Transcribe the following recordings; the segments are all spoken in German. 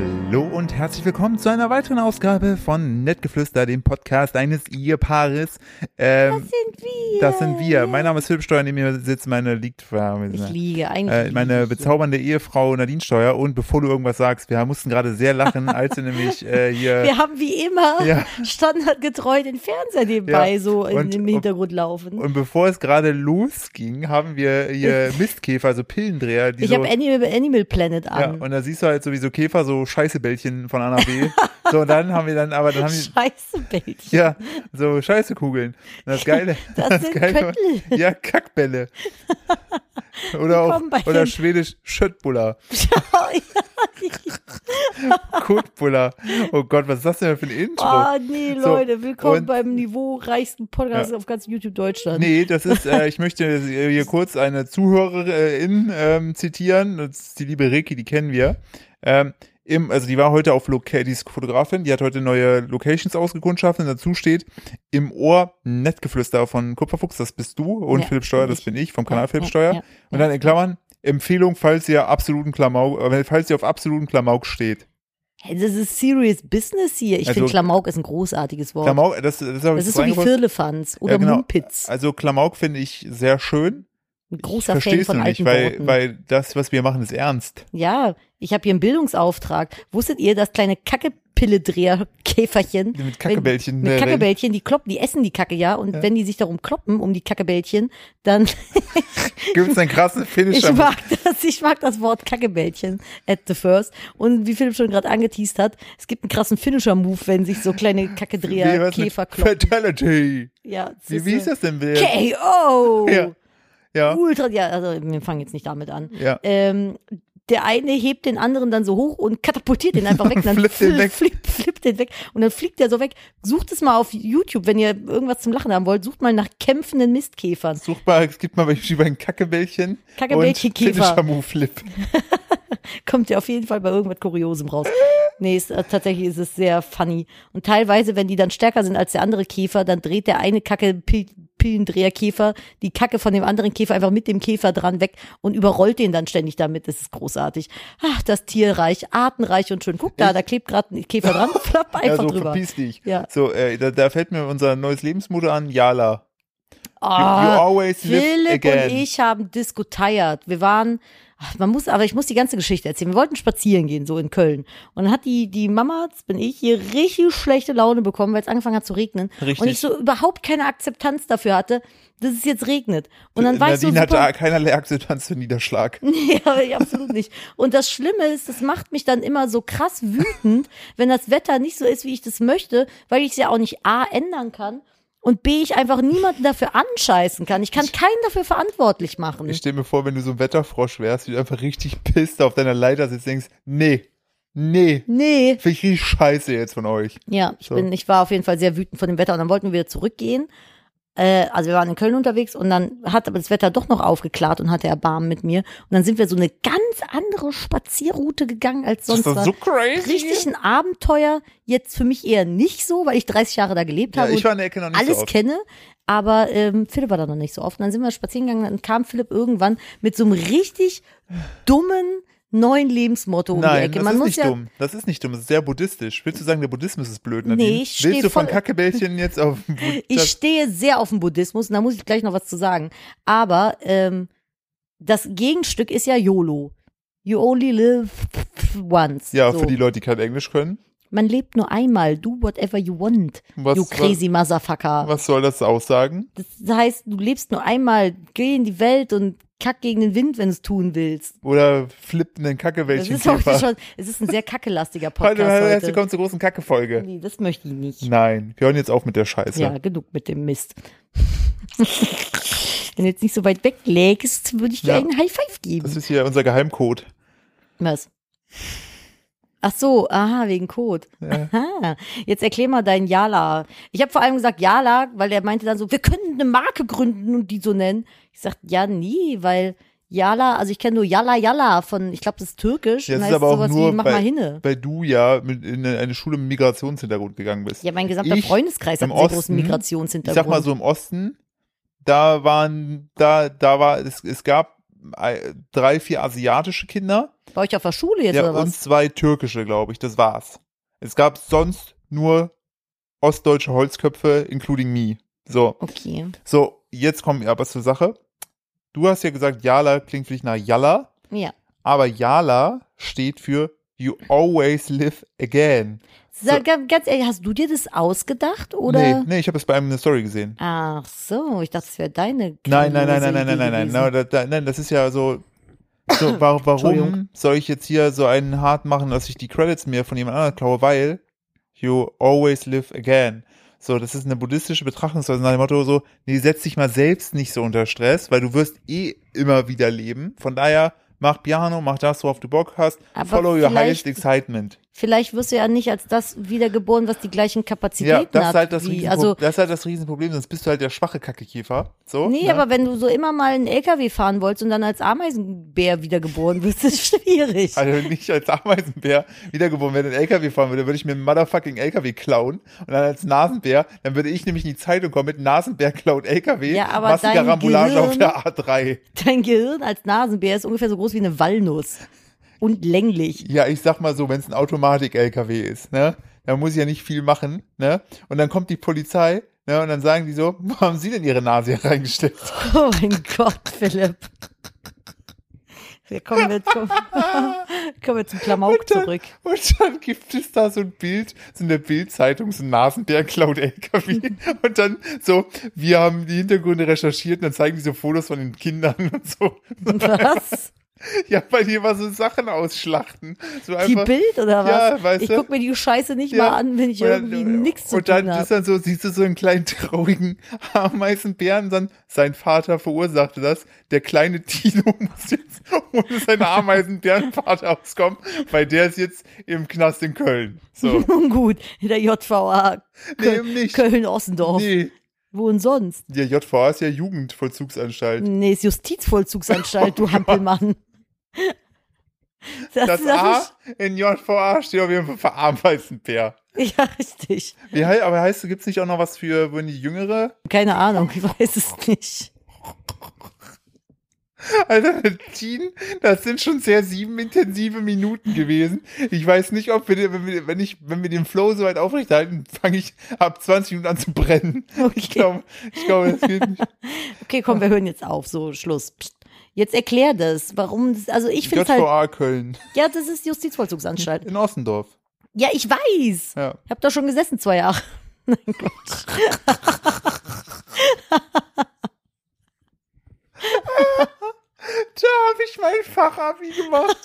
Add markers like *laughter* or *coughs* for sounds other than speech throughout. und herzlich willkommen zu einer weiteren Ausgabe von Nettgeflüster, dem Podcast eines Ehepaares. Ähm, sind wir. das sind wir. Mein Name ist Philipp Steuer, neben mir sitzt meine liegt Ich liege eigentlich. äh, liege meine ich hier. bezaubernde Ehefrau Nadine Steuer. Und bevor du irgendwas sagst, wir mussten gerade sehr *laughs* lachen, als sie nämlich äh, hier *laughs* Wir haben wie immer Ja. *laughs* standardgetreu den Fernseher nebenbei Ja, so in, und- im Hintergrund laufen. Und bevor es gerade losging, haben wir *laughs* hier Mistkäfer, also Pillendreher, die ich so. habe Animal, Animal Planet ja, an. und da siehst du halt sowieso Käfer, so Scheißebällchen von A nach *laughs* B. so, und dann haben wir dann, aber dann haben wir, Scheiße, *laughs* Bällchen. ja, so Scheißekugeln. Und das Geile. *laughs* Das sind Köttel. Ja, *laughs* Kackbälle. Oder auch, kommen bei oder den- schwedisch Schöttbuller, Kotbuller. Oh Gott, was ist das denn für ein Intro? oh, nee, So, Leute, willkommen und- beim niveaureichsten Podcast auf ganz YouTube Deutschland. Nee, das ist, äh, ich möchte hier kurz eine Zuhörerin ähm, zitieren, das ist die liebe Ricky, die kennen wir. Ähm, im, also die war heute auf Loca die ist Fotografin, die hat heute neue Locations ausgekundschafft und dazu steht im Ohr Nettgeflüster von Kupferfuchs, das bist du und Ja, Philipp Steuer, das ich. bin ich, vom Kanal Ja, Philipp ja, Steuer. ja, und dann in Klammern Empfehlung, falls ihr absoluten Klamauk, äh, falls ihr auf absoluten Klamauk steht. Hey, das ist serious business hier. Ich Also- finde Klamauk ist ein großartiges Wort. Klamauk, das, das, hab ich Oh. das ist so wie reingebracht. Firlefanz oder Ja, genau. Mumpitz. Also Klamauk finde ich sehr schön. Ein Ich großer verstehe Fan es von nur alten nicht, weil, Worten. weil das, was wir machen, ist ernst. Ja, ich habe hier einen Bildungsauftrag. Wusstet ihr, dass kleine Kackepilledreher-Käferchen Mit Kackebällchen. Wenn, ne, mit Kackebällchen, die kloppen, die essen die Kacke, ja. Und wenn die sich darum kloppen, um die Kackebällchen, *laughs* dann rennen. Gibt's einen *laughs* krassen Finish ich am- mag das, ich mag das Wort Kackebällchen at the first. Und wie Philipp schon gerade angeteased hat, es gibt einen krassen Finisher-Move, wenn sich so kleine Wie Kackedreher, was mit Käfer kloppen. Fatality. Ja, das Wie, wie ist das denn? Will? K.O. Ja. Ja. Ultra, ja, also wir fangen jetzt nicht damit an. Ja. Ähm, der eine hebt den anderen dann so hoch und katapultiert den einfach weg. *laughs* Dann Flippt den fl- weg. Flippt, flippt den weg. Und dann fliegt der so weg. Sucht es mal auf YouTube, wenn ihr irgendwas zum Lachen haben wollt. Sucht mal nach kämpfenden Mistkäfern. Such mal, es gibt mal welche über ein Kackebällchen. Kackebällchen, und Käfer. Finisher Move Flip. Kommt ihr auf jeden Fall bei irgendwas Kuriosem raus. Nee, ist, äh, tatsächlich ist es sehr funny. Und teilweise, wenn die dann stärker sind als der andere Käfer, dann dreht der eine Kacke Pil Pillendreher-Käfer die Kacke von dem anderen Käfer einfach mit dem Käfer dran weg und überrollt den dann ständig damit. Das ist großartig. Ach, das Tierreich, artenreich und schön. Guck da, da klebt gerade ein Käfer *laughs* dran. Flapp Ja, einfach so drüber. verpiss dich. Ja. So, äh, da, da fällt mir unser neues Lebensmodell an, Yala. You, you Ah, always live Philipp again. und ich haben diskutiert. Wir waren, ach, man muss, aber ich muss die ganze Geschichte erzählen. Wir wollten spazieren gehen, so in Köln. Und dann hat die, die Mama, das bin ich, hier richtig schlechte Laune bekommen, weil es angefangen hat zu regnen. Richtig. Und ich so überhaupt keine Akzeptanz dafür hatte, dass es jetzt regnet. Und dann war ich so Nadine hat super, Mhm. da keinerlei Akzeptanz für Niederschlag. *laughs* Nee, aber ich absolut nicht. Und das Schlimme ist, das macht mich dann immer so krass wütend, wenn das Wetter nicht so ist, wie ich das möchte, weil ich es ja auch nicht A ändern kann und B ich einfach niemanden dafür anscheißen kann. Ich kann keinen dafür verantwortlich machen. Ich stelle mir vor, wenn du so ein Wetterfrosch wärst, wie du einfach richtig pisst auf deiner Leiter sitzt, denkst, nee, nee, Nee, finde ich richtig scheiße jetzt von euch. ja, ich So. bin, ich war auf jeden Fall sehr wütend von dem Wetter und dann wollten wir wieder zurückgehen. Äh, also wir waren in Köln unterwegs und dann hat aber das Wetter doch noch aufgeklärt und hatte Erbarmen mit mir. Und dann sind wir so eine ganz andere Spazierroute gegangen als sonst. das ist war. doch so crazy. richtig ein Abenteuer. Jetzt für mich eher nicht so, weil ich 30 Jahre da gelebt ja, habe ich und war in der Ecke noch nicht alles so oft. kenne. Aber ähm, Philipp war da noch nicht so oft. Und dann sind wir spazieren gegangen, dann kam Philipp irgendwann mit so einem richtig dummen neuen Lebensmotto um die Nein, Ecke. das Man ist muss nicht ja, dumm. Das ist nicht dumm. Das ist sehr buddhistisch. Willst du sagen, der Buddhismus ist blöd, Nee, Nadine? ich steh Willst du von voll- Kackebällchen jetzt *laughs* auf Buddha- Ich stehe sehr auf den Buddhismus und da muss ich gleich noch was zu sagen. Aber ähm, das Gegenstück ist ja YOLO. You only live once. Ja, so. für die Leute, die kein Englisch können. Man lebt nur einmal. Do whatever you want. Was- you crazy motherfucker. Was soll das aussagen? Das heißt, du lebst nur einmal, geh in die Welt und kack gegen den Wind, wenn du es tun willst. Oder flippt einen Das Kackebällchen ist auch Käfer? schon, es ist ein sehr kackelastiger Heute, hallo, Podcast herzlich heute. willkommen zur großen Kacke-Folge. Nee, das möchte ich nicht. Nein, wir hören jetzt auf mit der Scheiße. Ja, genug mit dem Mist. *laughs* wenn du jetzt nicht so weit weg lägst, würde ich dir Ja. einen High Five Das geben. ist hier unser Geheimcode. Was? Ach so, aha, wegen Code. Ja. Aha. Jetzt erklär mal deinen Jala. Ich habe vor allem gesagt Jala, weil er meinte dann so, wir könnten eine Marke gründen und die so nennen. Ich sag ja nie, weil Jala, also ich kenne nur Jala Jala von, ich glaube, das ist türkisch. Ja, und es heißt ist aber auch sowas nur wie, mach bei- mal hinne. Weil du ja mit in eine Schule mit Migrationshintergrund gegangen bist. Ja, mein gesamter Ich Freundeskreis hat im einen sehr großen Osten, Migrationshintergrund. Ich sag mal so im Osten, da waren, da, da war, es, es gab äh, drei, vier asiatische Kinder. Bei euch auf der Schule jetzt ja, oder was? und zwei türkische, glaube ich. Das war's. Es gab sonst nur ostdeutsche Holzköpfe, including me. So, okay. so, jetzt kommen wir aber zur Sache. Du hast ja gesagt, Jala klingt für dich nach Jalla, Ja. aber Jala steht für You always live again. Sag, Ganz ehrlich, hast du dir das ausgedacht oder? Nee, nee, ich habe es bei einem in der Story gesehen. Ach so, ich dachte, es wäre deine. Nein, nein, nein, nein, nein, grandiose nein, nein, nein, Idee nein, gewesen. da, da, nein, das ist ja so. *laughs* so wa warum Entschuldigung. soll ich jetzt hier so einen hart machen, dass ich die Credits mir von jemand anderem klaue? Weil you always live again. So, das ist eine buddhistische Betrachtungsweise nach dem Motto so, nee, setz dich mal selbst nicht so unter Stress, weil du wirst eh immer wieder leben. Von daher, mach Piano, mach das, worauf du Bock hast. Aber Follow your highest vielleicht- excitement. Vielleicht wirst du ja nicht als das wiedergeboren, was die gleichen Kapazitäten Ja, das hat. ist halt das, wie, Riesenpro also, das ist halt das Riesenproblem, sonst bist du halt der schwache Kackekäfer. So, nee, ne? aber wenn du so immer mal einen LKW fahren wolltest und dann als Ameisenbär wiedergeboren wirst, ist schwierig. Also wenn ich als Ameisenbär wiedergeboren werde und LKW fahren würde, würde ich mir einen motherfucking LKW klauen und dann als Nasenbär, dann würde ich nämlich in die Zeitung kommen mit Nasenbär klaut LKW, Ja, aber massiger dein Ramboulage auf Gehirn- der A3. Dein Gehirn als Nasenbär ist ungefähr so groß wie eine Walnuss. Und länglich. Ja, ich sag mal so, wenn es ein Automatik-LKW ist, ne, dann muss ich ja nicht viel machen, ne, und dann kommt die Polizei, ne, und dann sagen die so, wo haben Sie denn Ihre Nase hier reingesteckt? Oh mein Gott, Philipp. Wir kommen jetzt, kommen, *laughs* kommen wir zum Klamauk zurück. Und dann gibt es da so ein Bild, so in der Bildzeitung, so ein Nasenbär klaut LKW. *laughs* Und dann so, wir haben die Hintergründe recherchiert und dann zeigen die so Fotos von den Kindern und so. Was? Ja, weil die immer so Sachen ausschlachten. So Die einfach. Bild oder was? Ja, weißt ich du. guck mir die Scheiße nicht Ja. mal an, wenn ich Und dann- irgendwie nichts zu Und dann tun ist habe. dann so, siehst du so einen kleinen traurigen Ameisenbären, dann sein Vater verursachte das. Der kleine Tino *laughs* muss jetzt ohne seinen Ameisenbärenvater auskommen, weil der ist jetzt im Knast in Köln. *laughs* So. *laughs* Nun gut, in der JVA Nee, eben nicht. Köln-Ossendorf. Nee, Wo denn sonst? Der JVA ist ja Jugendvollzugsanstalt. Nee, ist *laughs* Justizvollzugsanstalt, du Hampelmann. Das, Das, A in JVA steht auf jeden Fall für Ameisenbär. ist, ja, richtig. Wie, hei- aber heißt, gibt es nicht auch noch was für, wenn die Jüngere? Keine Ahnung, ich weiß es nicht. Alter, Also, *laughs* Teen, das sind schon sehr sieben intensive Minuten gewesen. Ich weiß nicht, ob wir, den- wenn wir, wenn ich, wenn wir den Flow so weit aufrechterhalten, fange ich ab 20 Minuten an zu brennen. Ich glaube, ich glaube, das geht nicht. Okay, komm, wir hören jetzt auf. So, Schluss. Psst. Jetzt erklär das, warum das, also ich finde halt, JVA Köln ja, das ist Justizvollzugsanstalt. in Ossendorf. Ja, ich weiß. Ja. Ich hab da schon gesessen zwei Jahre. Nein, Gott. Da habe ich mein Fachabi gemacht.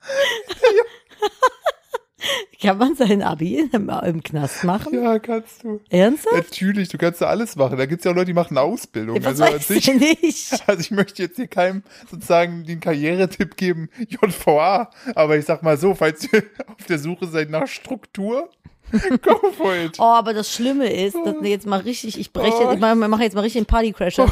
*laughs* Kann man sein Abi im, im Knast machen? Ja, kannst du. Ernsthaft? Natürlich, du kannst da alles machen. Da gibt's ja auch Leute, die machen eine Ausbildung. Was Also, weiß als ich, ich nicht? also ich möchte jetzt hier keinem sozusagen den Karrieretipp geben, JVA. Aber ich sag mal so, falls ihr *laughs* auf der Suche seid nach Struktur, *laughs* go for it. Oh, aber das Schlimme ist, dass wir jetzt mal richtig, ich breche, Oh. ich mache mach jetzt mal richtig *laughs* einen Partycrasher.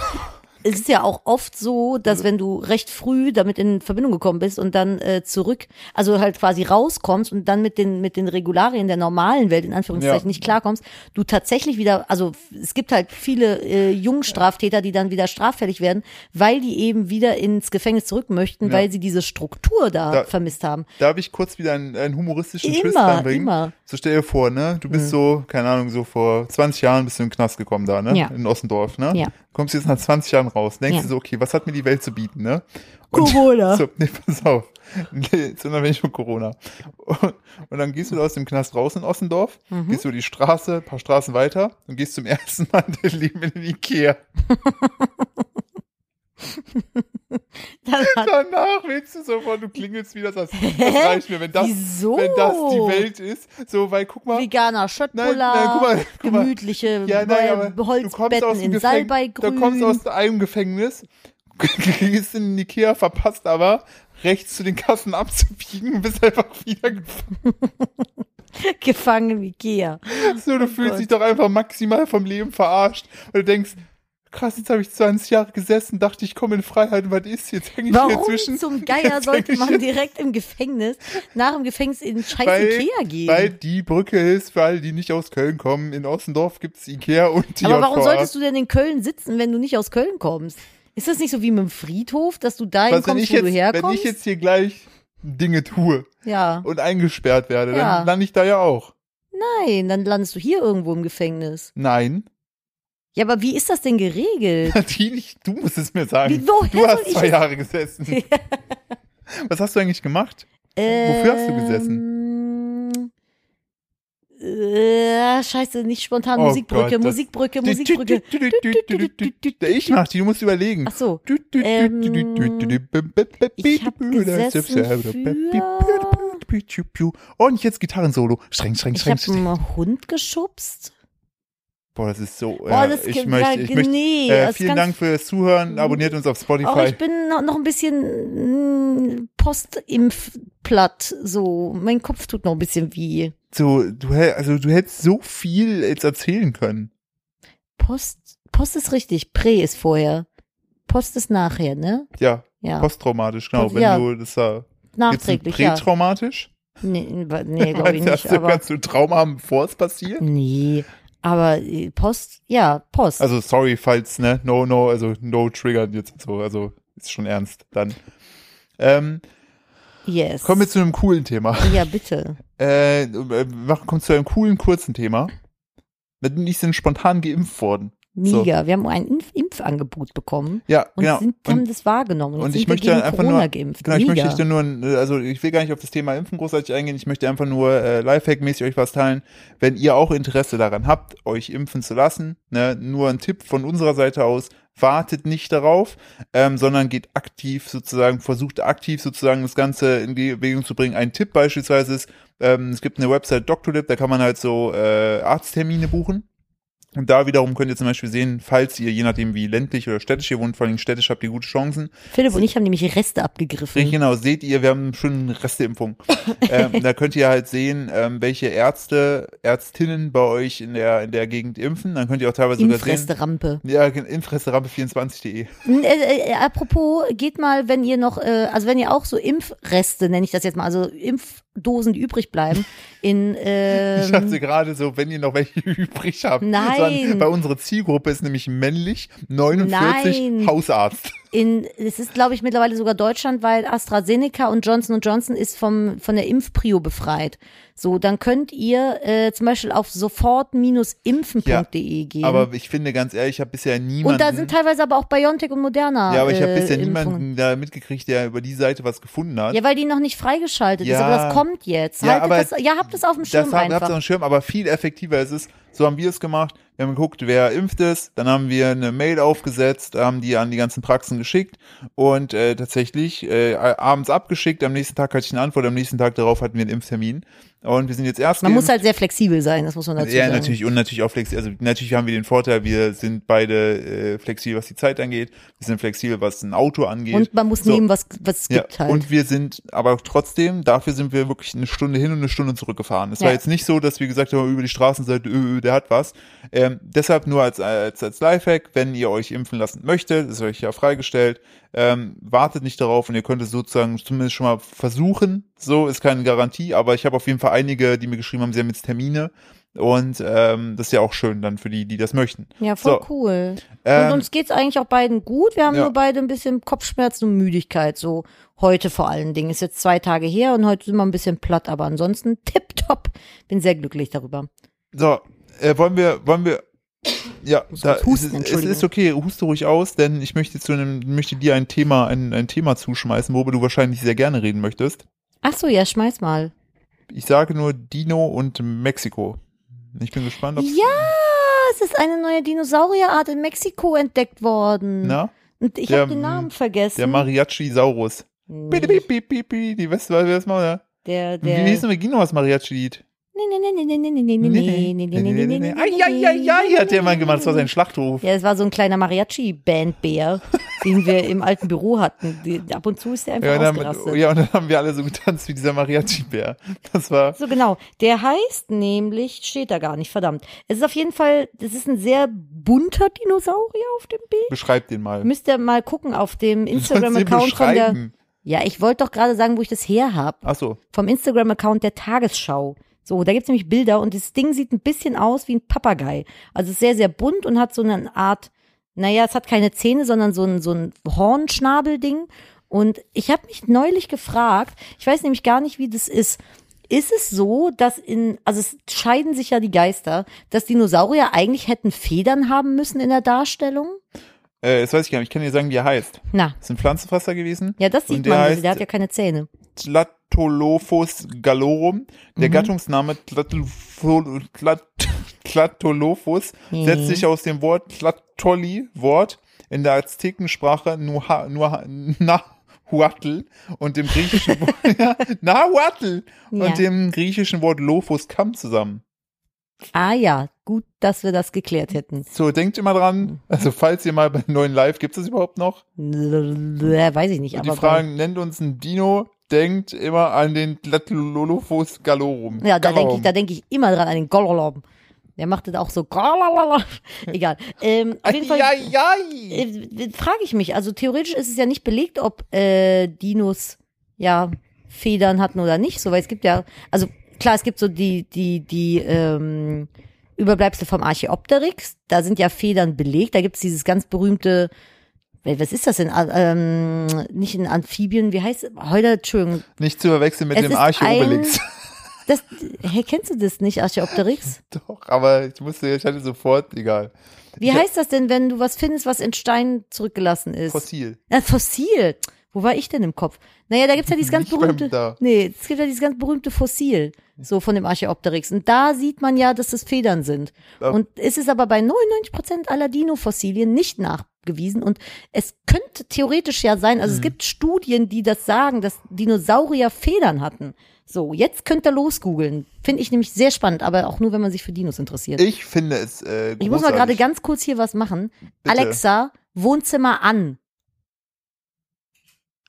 Es ist ja auch oft so, dass wenn du recht früh damit in Verbindung gekommen bist und dann äh, zurück, also halt quasi rauskommst und dann mit den mit den Regularien der normalen Welt in Anführungszeichen Ja. nicht klarkommst, du tatsächlich wieder, also es gibt halt viele äh, Jungstraftäter, die dann wieder straffällig werden, weil die eben wieder ins Gefängnis zurück möchten, Ja. weil sie diese Struktur da, Da- vermisst haben. Darf ich kurz wieder einen, einen humoristischen Immer, Twist reinbringen? immer. Hm. So stell dir vor, ne? Du bist so, keine Ahnung, so vor 20 Jahren bist du in den Knast gekommen da, ne? Ja. In Ossendorf, ne? Ja. Kommst jetzt nach 20 Jahren raus, denkst Ja. du so, okay, was hat mir die Welt zu bieten, ne? Und- Corona. So, nee, pass auf. Nee, jetzt unabhängig von Corona. Und, und dann gehst du da aus dem Knast raus in Ossendorf, Mhm. gehst über die Straße, ein paar Straßen weiter und gehst zum ersten Mal in deinem Leben in den Ikea. Dann hat, Danach willst du sofort, du klingelst wieder, sagst, das reicht mir, wenn das, Wieso? wenn das die Welt ist. So, weil guck mal, Veganer Nein, nein, guck Schöttbullar, mal, guck mal. gemütliche Ja, nein, aber Bol- du kommst aus Holzbetten dem in Gefängnis. Du Salbeigrün. kommst aus einem Gefängnis, *laughs* gehst in den Ikea, verpasst aber, rechts zu den Kassen abzubiegen und bist einfach wieder gefangen. *laughs* gefangen *laughs* im Ikea. So, du fühlst Oh Gott. dich doch einfach maximal vom Leben verarscht. Und du denkst, krass, jetzt habe ich 20 Jahre gesessen, dachte ich komme in Freiheit und was ist jetzt? Hänge ich hier Warum zwischen? zum *laughs* Geier jetzt sollte häng ich man hier- direkt im Gefängnis, nach dem Gefängnis in den scheiß weil, Ikea gehen? weil die Brücke ist, für alle, die nicht aus Köln kommen. In Ossendorf gibt's Ikea und die aber warum JVA. solltest du denn in Köln sitzen, wenn du nicht aus Köln kommst? Ist das nicht so wie mit dem Friedhof, dass du dahin Was, wenn, kommst, ich wo jetzt, du wenn ich herkommst? jetzt hier gleich Dinge tue ja. und eingesperrt werde, Ja. dann lande ich da ja auch. Nein, dann landest du hier irgendwo im Gefängnis. Nein. Ja, aber wie ist das denn geregelt? Natürlich, du musst es mir sagen. Wie- woher du hast soll ich zwei es- Jahre gesessen. Was hast du eigentlich gemacht? Wofür hast du gesessen? Äh, scheiße, nicht spontan. Oh Gott, Musikbrücke, das- Musikbrücke, Musikbrücke. Ich mach die, du musst überlegen. Ach so. ich hab gesessen Und jetzt Gitarrensolo. Streng, streng, Ich streng. habe streng. einen Hund geschubst. Boah, das ist so. Boah, ja, das ich gibt- möchte, ja, ich möchte, nee, äh, das vielen ganz- Dank fürs Zuhören. Abonniert uns auf Auch Spotify. ich bin noch noch ein bisschen mm, postimpfplatt. So, mein Kopf tut noch ein bisschen wie So, du, hä- also, du hättest so viel jetzt erzählen können. Post. Post ist richtig, Prä ist vorher. Post ist nachher, ne? Ja, Ja. posttraumatisch, genau. Post- Wenn ja. du das da. Gibt's ein Nachträglich, ja. prätraumatisch? Nee, nee *laughs* glaube ich Weißt nicht. du, Aber, kannst du ein Trauma haben, bevor es passiert? nee, aber äh, Post, ja, Post. Also sorry, falls, ne, no, no, also no triggern jetzt und so, also ist schon ernst dann. Ähm, yes. kommen wir zu einem coolen Thema. ja, bitte. Äh, äh, mach- kommen zu einem coolen, kurzen Thema. Ich sind spontan geimpft worden. So. Mega. Wir haben ein Impf Impfangebot bekommen Ja, und genau. sind, haben das wahrgenommen. Jetzt und sind ich wir möchte gegen einfach Corona nur- geimpft. Genau, ich Mega. möchte nur, ein- also ich will gar nicht auf das Thema Impfen großartig eingehen, ich möchte einfach nur äh, Lifehack-mäßig euch was teilen. Wenn ihr auch Interesse daran habt, euch impfen zu lassen, ne, nur ein Tipp von unserer Seite aus, wartet nicht darauf, ähm, sondern geht aktiv sozusagen, versucht aktiv sozusagen das Ganze in Bewegung zu bringen. Ein Tipp beispielsweise ist, ähm, es gibt eine Website Doctolib, da kann man halt so äh, Arzttermine buchen. Und da wiederum könnt ihr zum Beispiel sehen, falls ihr, je nachdem wie ländlich oder städtisch ihr wohnt, vor allem städtisch habt ihr gute Chancen, Philipp und ich haben nämlich Reste abgegriffen. Richtig, genau. Seht ihr, wir haben schon eine Resteimpfung. ähm, da könnt ihr halt sehen, ähm, welche Ärzte, Ärztinnen bei euch in der, in der Gegend impfen. Dann könnt ihr auch teilweise sogar sehen. Impfreste Rampe. Ja, Infresterampe24.de. N- Äh, äh, apropos, geht mal, wenn ihr noch, äh, also wenn ihr auch so Impfreste, nenne ich das jetzt mal, also Impfdosen, die übrig bleiben, in ähm, *laughs* Ich dachte gerade so, wenn ihr noch welche *laughs* übrig habt. Nein. Sondern Bei unserer Zielgruppe ist nämlich männlich 49 Nein. Hausarzt. in, es ist, glaube ich, mittlerweile sogar deutschlandweit AstraZeneca und Johnson Johnson ist vom, von der Impfprio befreit. So, dann könnt ihr äh, zum Beispiel auf sofort-impfen.de E gehen. Aber ich finde ganz ehrlich, ich habe bisher niemanden. und da sind teilweise aber auch BioNTech und Moderna. ja, aber ich habe äh, bisher Impfungen. niemanden da mitgekriegt, der über die Seite was gefunden hat. Ja, weil die noch nicht freigeschaltet ist, Ja. aber das kommt jetzt. Ja, Haltet aber das, ja, habt es auf dem Schirm Das haben, habt ihr auf einfach. dem Schirm, aber viel effektiver ist es. So haben wir es gemacht. Wir haben geguckt, wer impft ist. Dann haben wir eine Mail aufgesetzt, haben die an die ganzen Praxen geschickt und äh, tatsächlich äh, abends abgeschickt. Am nächsten Tag hatte ich eine Antwort. Am nächsten Tag darauf hatten wir einen Impftermin. Und wir sind jetzt erst. Man muss geimpft. halt sehr flexibel sein, das muss man dazu ja, sagen. natürlich und natürlich auch flexibel. Also natürlich haben wir den Vorteil, wir sind beide äh, flexibel, was die Zeit angeht. Wir sind flexibel, was ein Auto angeht. Und man muss So. nehmen, was, was es Ja, gibt halt. und wir sind, aber auch trotzdem, dafür sind wir wirklich eine Stunde hin und eine Stunde zurückgefahren. Es war Ja. jetzt nicht so, dass wir gesagt haben, über die Straßenseite, ö, ö, äh, der hat was. Ähm, deshalb nur als, als, als Lifehack, wenn ihr euch impfen lassen möchtet, ist euch ja freigestellt, ähm, wartet nicht darauf und ihr könnt es sozusagen zumindest schon mal versuchen. So ist keine Garantie, aber ich habe auf jeden Fall einige, die mir geschrieben haben, sie haben jetzt Termine. Und ähm, das ist ja auch schön dann für die, die das möchten. ja, voll so. cool. Ähm, und uns geht's eigentlich auch beiden gut. Wir haben ja. nur beide ein bisschen Kopfschmerzen und Müdigkeit. So heute vor allen Dingen. Ist jetzt zwei Tage her und heute sind wir ein bisschen platt, aber ansonsten tipptopp. Bin sehr glücklich darüber. So, äh, wollen wir, wollen wir, ja, muss da, kurz husten, es, es Entschuldigung. ist okay, huste ruhig aus, denn ich möchte zu einem, möchte dir ein Thema, ein, ein Thema zuschmeißen, worüber du wahrscheinlich sehr gerne reden möchtest. Ach so, ja, schmeiß mal. Ich sage nur Dino und Mexiko. Ich bin gespannt, ob Ja, es ist eine neue Dinosaurierart in Mexiko entdeckt worden. na, und ich der- habe den Namen vergessen. der Mariachi-Saurus. Piep, Nee, piep, piep, piep, piep, Die weißt du, wer das mal, ne? der, der. Wie hieß denn mit Dino das Mariachi-Lied? Nee, nee, nee, nee, nee, nee, nee, nee, nee, nee, nee, nee, nee, nee, Eieieiei, hat der mal gemacht, das war sein Schlachtruf. Ja, es war so ein *laughs* kleiner Mariachi-Bandbär, den wir im alten Büro hatten. Die, ab und zu ist der einfach Ja, und dann, oh ausgerastet. ja, und dann haben wir alle so getanzt wie dieser Mariachi-Bär. Das war, So genau. Der heißt nämlich, steht da gar nicht, verdammt. Es ist auf jeden Fall, es ist ein sehr bunter Dinosaurier auf dem Bild. beschreib den mal. Müsst ihr mal gucken auf dem Du sollst den Instagram-Account von der. beschreiben. Ja, ich wollte doch gerade sagen, wo ich das her habe. Ach so. vom Instagram-Account der Tagesschau. So, da gibt's nämlich Bilder und das Ding sieht ein bisschen aus wie ein Papagei. Also ist sehr, sehr bunt und hat so eine Art Naja, es hat keine Zähne, sondern so ein, so ein Hornschnabelding. Und ich habe mich neulich gefragt, ich weiß nämlich gar nicht, wie das ist. Ist es so, dass in, also es scheiden sich ja die Geister, dass Dinosaurier eigentlich hätten Federn haben müssen in der Darstellung? Äh, das weiß ich gar nicht. Ich kann dir sagen, wie er heißt. Na, Ist ein Pflanzenfresser gewesen. ja, das sieht Und der man, heißt- der hat ja keine Zähne. Tlatolophus gallorum. Mhm. Der Gattungsname Tlatol- Tlat- Tlatolophus Mhm. setzt sich aus dem Wort Tlatolli, Wort in der Aztekensprache Nuha, Nuha, Nahuatl und dem griechischen *laughs* Wort ja, Nahuatl Ja. und dem griechischen Wort Lophus Kamm zusammen. Ah ja, gut, dass wir das geklärt hätten. So, denkt immer dran, also falls ihr mal bei neuen Live, gibt es das überhaupt noch? Äh, Weiß ich nicht, Und aber. die Fragen, nennt uns einen Dino, denkt immer an den Tlatolophus gallorum. Ja, da denke Gallorum. ich, da denk ich immer dran an den Gololom. Der macht das auch so. Golololom. *laughs* Egal. Ähm, auf jeden Fall Eieiei. äh, frage ich mich. Also theoretisch ist es ja nicht belegt, ob äh, Dinos ja Federn hatten oder nicht. So, weil es gibt ja, also klar, es gibt so die die die ähm, Überbleibsel vom Archaeopteryx. Da sind ja Federn belegt. Da gibt's dieses ganz berühmte Wel- was ist das denn? A- Ähm, nicht in Amphibien, wie heißt Heute, Entschuldigung. Nicht zu verwechseln mit Es dem ist Archäobelix. Das, hey, kennst du das nicht, Archaeopteryx? *laughs* Doch, aber ich musste, ich hatte sofort, egal. Wie heißt das denn, wenn du was findest, was in Stein zurückgelassen ist? Fossil. Na, Äh, Fossil. Wo war ich denn im Kopf? Naja, da gibt's ja dieses ganz Nicht berühmte. beim da. Nee, es gibt ja dieses ganz berühmte Fossil, so von dem Archäopteryx. Und da sieht man ja, dass das Federn sind. Ja. Und es ist aber bei 99 Prozent aller Dino-Fossilien nicht nachgewiesen. Und es könnte theoretisch ja sein, Mhm. also es gibt Studien, die das sagen, dass Dinosaurier Federn hatten. So, jetzt könnt ihr losgoogeln. Finde ich nämlich sehr spannend, aber auch nur, wenn man sich für Dinos interessiert. Ich finde es äh, Ich muss mal gerade großartig. ganz kurz hier was machen. Bitte. Alexa, Wohnzimmer an.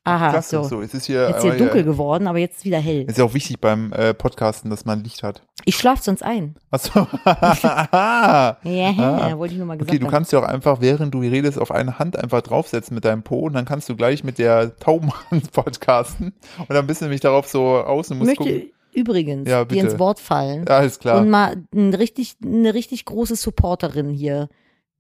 Aha, Klasse. so. So, es ist hier, Jetzt hier aber, dunkel ja, geworden, aber jetzt ist wieder hell. Ist ja auch wichtig beim äh, Podcasten, dass man Licht hat. Ich schlafe sonst ein. Achso. *laughs* *laughs* Aha. Ja, Ah. wollte ich nur mal gesagt Okay, du haben. kannst ja auch einfach, während du redest, auf eine Hand einfach draufsetzen mit deinem Po und dann kannst du gleich mit der Taubenhand *laughs* podcasten und dann bist du nämlich darauf so außen Ich musst möchte gucken. übrigens Ja, dir bitte. ins Wort fallen Ja, alles klar. und mal ein richtig, eine richtig große Supporterin hier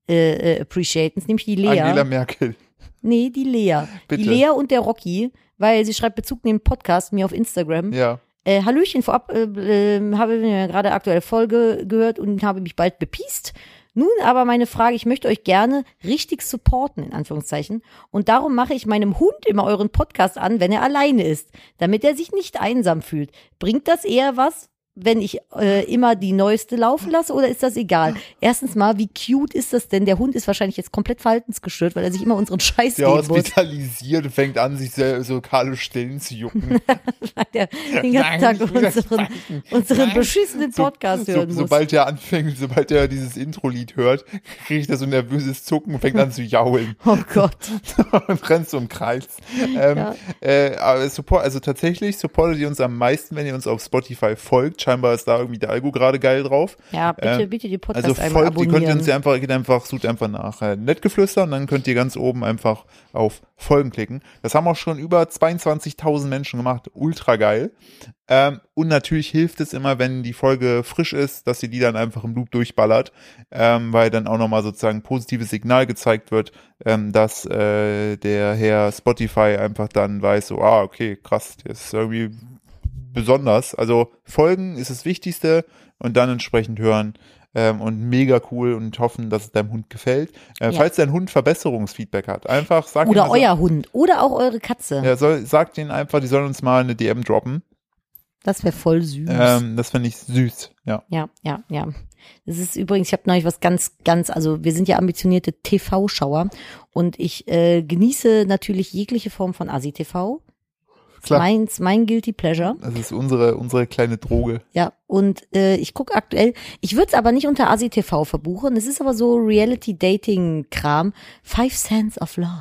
äh, äh, appreciaten. Ist nämlich die Lea. Angela Merkel. Nee, die Lea. Bitte. Die Lea und der Rocky, weil sie schreibt Bezug neben Podcast mir auf Instagram. Ja. Äh, Hallöchen, vorab äh, äh, habe ich mir gerade aktuelle Folge gehört und habe mich bald bepiest. Nun aber meine Frage, ich möchte euch gerne richtig supporten, in Anführungszeichen. Und darum mache ich meinem Hund immer euren Podcast an, wenn er alleine ist, damit er sich nicht einsam fühlt. Bringt das eher was, wenn ich äh, immer die neueste laufen lasse oder ist das egal? Erstens mal, wie cute ist das denn? Der Hund ist wahrscheinlich jetzt komplett verhaltensgestört, weil er sich immer unseren Scheiß Der geben muss. hospitalisiert und fängt an, sich sel- so kahle Stellen zu jucken. *laughs* Der den ganzen Tag Nein, das *laughs* unseren, Nein. unseren Nein. beschissenen *laughs* Podcast so, hören so, muss. Sobald er anfängt, sobald er dieses Intro-Lied hört, kriegt er so ein nervöses Zucken und fängt an zu jaulen Oh Gott. *laughs* und rennt so im Kreis. Ähm, Ja. äh, aber support, also tatsächlich supportet ihr uns am meisten, wenn ihr uns auf Spotify folgt. Scheinbar ist da irgendwie der Algo gerade geil drauf. Ja, bitte, Ähm, bitte die Podcast Also einmal folgt, ihr abonnieren. könnt uns ja einfach, geht einfach, sucht einfach nach äh, Nettgeflüster und dann könnt ihr ganz oben einfach auf Folgen klicken. Das haben auch schon über 22.000 Menschen gemacht. Ultra geil. Ähm, und natürlich hilft es immer, wenn die Folge frisch ist, dass ihr die dann einfach im Loop durchballert, ähm, weil dann auch nochmal sozusagen ein positives Signal gezeigt wird, ähm, dass äh, der Herr Spotify einfach dann weiß, so, ah, okay, krass, der ist irgendwie besonders. Also Folgen ist das Wichtigste und dann entsprechend hören. Ähm, und mega cool und hoffen, dass es deinem Hund gefällt. Äh, Ja. Falls dein Hund Verbesserungsfeedback hat, einfach sag ihm, oder also- euer Hund oder auch eure Katze. ja, soll, sag denen einfach, die sollen uns mal eine DM droppen. Das wäre voll süß. Ähm, das finde ich süß, ja. Ja, ja, ja. Das ist übrigens, ich habe neulich was ganz, ganz, also wir sind ja ambitionierte TV-Schauer und ich äh, genieße natürlich jegliche Form von Asi-TV. Klar. Meins, mein Guilty Pleasure. Das ist unsere, unsere kleine Droge. Ja, und äh, ich gucke aktuell, ich würde es aber nicht unter Asi TV verbuchen. Es ist aber so Reality-Dating-Kram. Five Sense of Love.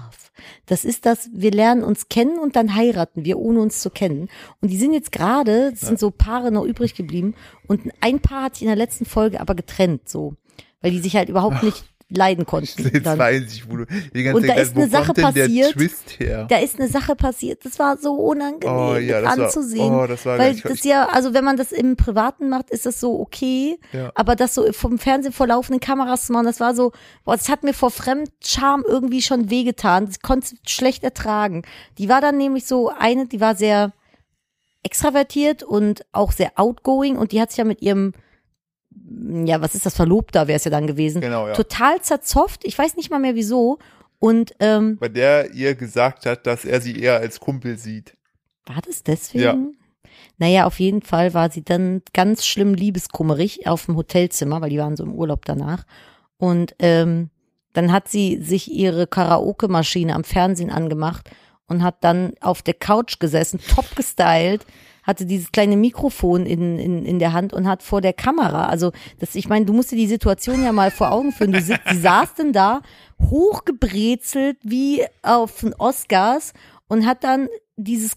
Das ist das, wir lernen uns kennen und dann heiraten wir, ohne uns zu kennen. Und die sind jetzt gerade, es sind so Paare noch übrig geblieben. Und ein Paar hat sich in der letzten Folge aber getrennt, so. Weil die sich halt überhaupt nicht leiden konnten. Jetzt *laughs* dann. weiß ich, wo du die ganze Und da Zeit ist eine wo kommt Sache denn der passiert. Twist her? Da ist eine Sache passiert, das war so unangenehm Oh, ja, mit das war- anzusehen. oh, das war gar weil nicht- das ja, also wenn man das im Privaten macht, ist das so okay. Ja. Aber das so vom Fernsehen vor laufenden Kameras zu machen, das war so, boah, das hat mir vor Fremdscham irgendwie schon wehgetan. Ich konnte es schlecht ertragen. Die war dann nämlich so eine, die war sehr extravertiert und auch sehr outgoing und die hat sich ja mit ihrem, ja, was ist das, Verlobter wäre es ja dann gewesen, Genau, ja. total zerzofft. Ich weiß nicht mal mehr wieso. Und ähm, Bei der ihr gesagt hat, dass er sie eher als Kumpel sieht. War das deswegen? Naja, auf jeden Fall war sie dann ganz schlimm liebeskummerig auf dem Hotelzimmer, weil die waren so im Urlaub danach. Und ähm, dann hat sie sich ihre Karaoke-Maschine am Fernsehen angemacht und hat dann auf der Couch gesessen, *laughs* top gestylt, hatte dieses kleine Mikrofon in, in, in der Hand und hat vor der Kamera, also das, ich meine, du musst dir die Situation ja mal vor Augen führen. Du sitzt, sie saß denn da, hochgebrezelt wie auf den Oscars und hat dann dieses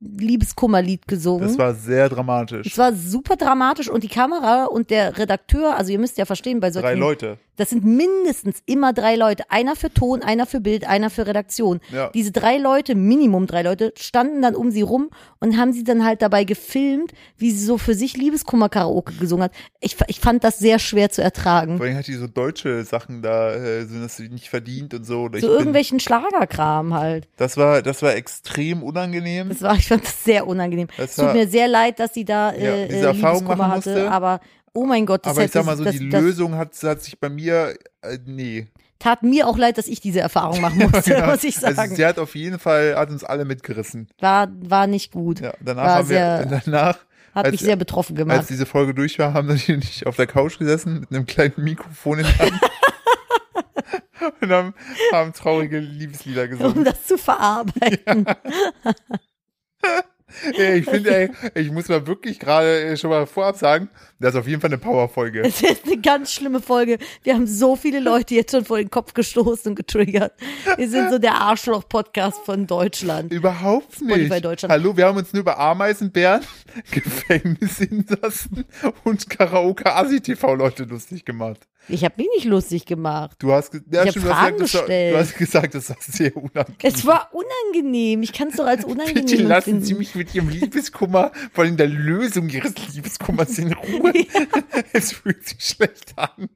Karaoke-Liebeskummerlied gesungen. Das war sehr dramatisch. Es war super dramatisch und die Kamera und der Redakteur, also ihr müsst ja verstehen, bei solchen. Drei Leute. Das sind mindestens immer drei Leute. Einer für Ton, einer für Bild, einer für Redaktion. Ja. Diese drei Leute, Minimum drei Leute, standen dann um sie rum und haben sie dann halt dabei gefilmt, wie sie so für sich Liebeskummer-Karaoke gesungen hat. Ich, fa- ich fand das sehr schwer zu ertragen. Vor allem hat die so deutsche Sachen da, äh, sind das nicht verdient und so. Oder So ich bin, irgendwelchen Schlagerkram halt. das war, das war extrem unangenehm. Das war, ich fand das sehr unangenehm. Das Es tut war- mir sehr leid, dass sie da Ja, äh, diese äh, Erfahrung Liebeskummer machen hatte, musste. aber oh mein Gott, das Aber ich hätte sag mal so, das, die das Lösung hat, hat sich bei mir, äh, *laughs* nee. tat mir auch leid, dass ich diese Erfahrung machen *laughs* musste, Ja, muss ich sagen. Also sie hat auf jeden Fall, hat uns alle mitgerissen. war, war nicht gut. Ja, danach War haben wir, sehr- danach, Hat als, mich sehr betroffen gemacht. als diese Folge durch war, haben wir nicht auf der Couch gesessen mit einem kleinen Mikrofon in der Hand. *laughs* und haben, haben traurige Liebeslieder gesungen. um *laughs* das zu verarbeiten. Ey, ich finde, ey, ich muss mal wirklich gerade äh, schon mal vorab sagen, das ist auf jeden Fall eine Powerfolge. Es ist eine ganz schlimme Folge. Wir haben so viele Leute jetzt schon vor den Kopf gestoßen und getriggert. Wir sind so der Arschloch-Podcast von Deutschland. Überhaupt nicht. Spotify Deutschland. Hallo, wir haben uns nur über Ameisenbären, *laughs* Gefängnisinsassen und Karaoke-Asi-TV-Leute lustig gemacht. Ich habe mich nicht lustig gemacht. Du hast, ge ja, Ich hab du, hast Fragen gesagt, das war, gestellt. du hast gesagt, das war sehr unangenehm. Es war unangenehm. Ich kann es doch als Bitte unangenehm lassen Sie empfinden. mich mit Ihrem Liebeskummer, vor allem der Lösung Ihres Liebeskummers in Ruhe. *laughs* Es fühlt sich schlecht an.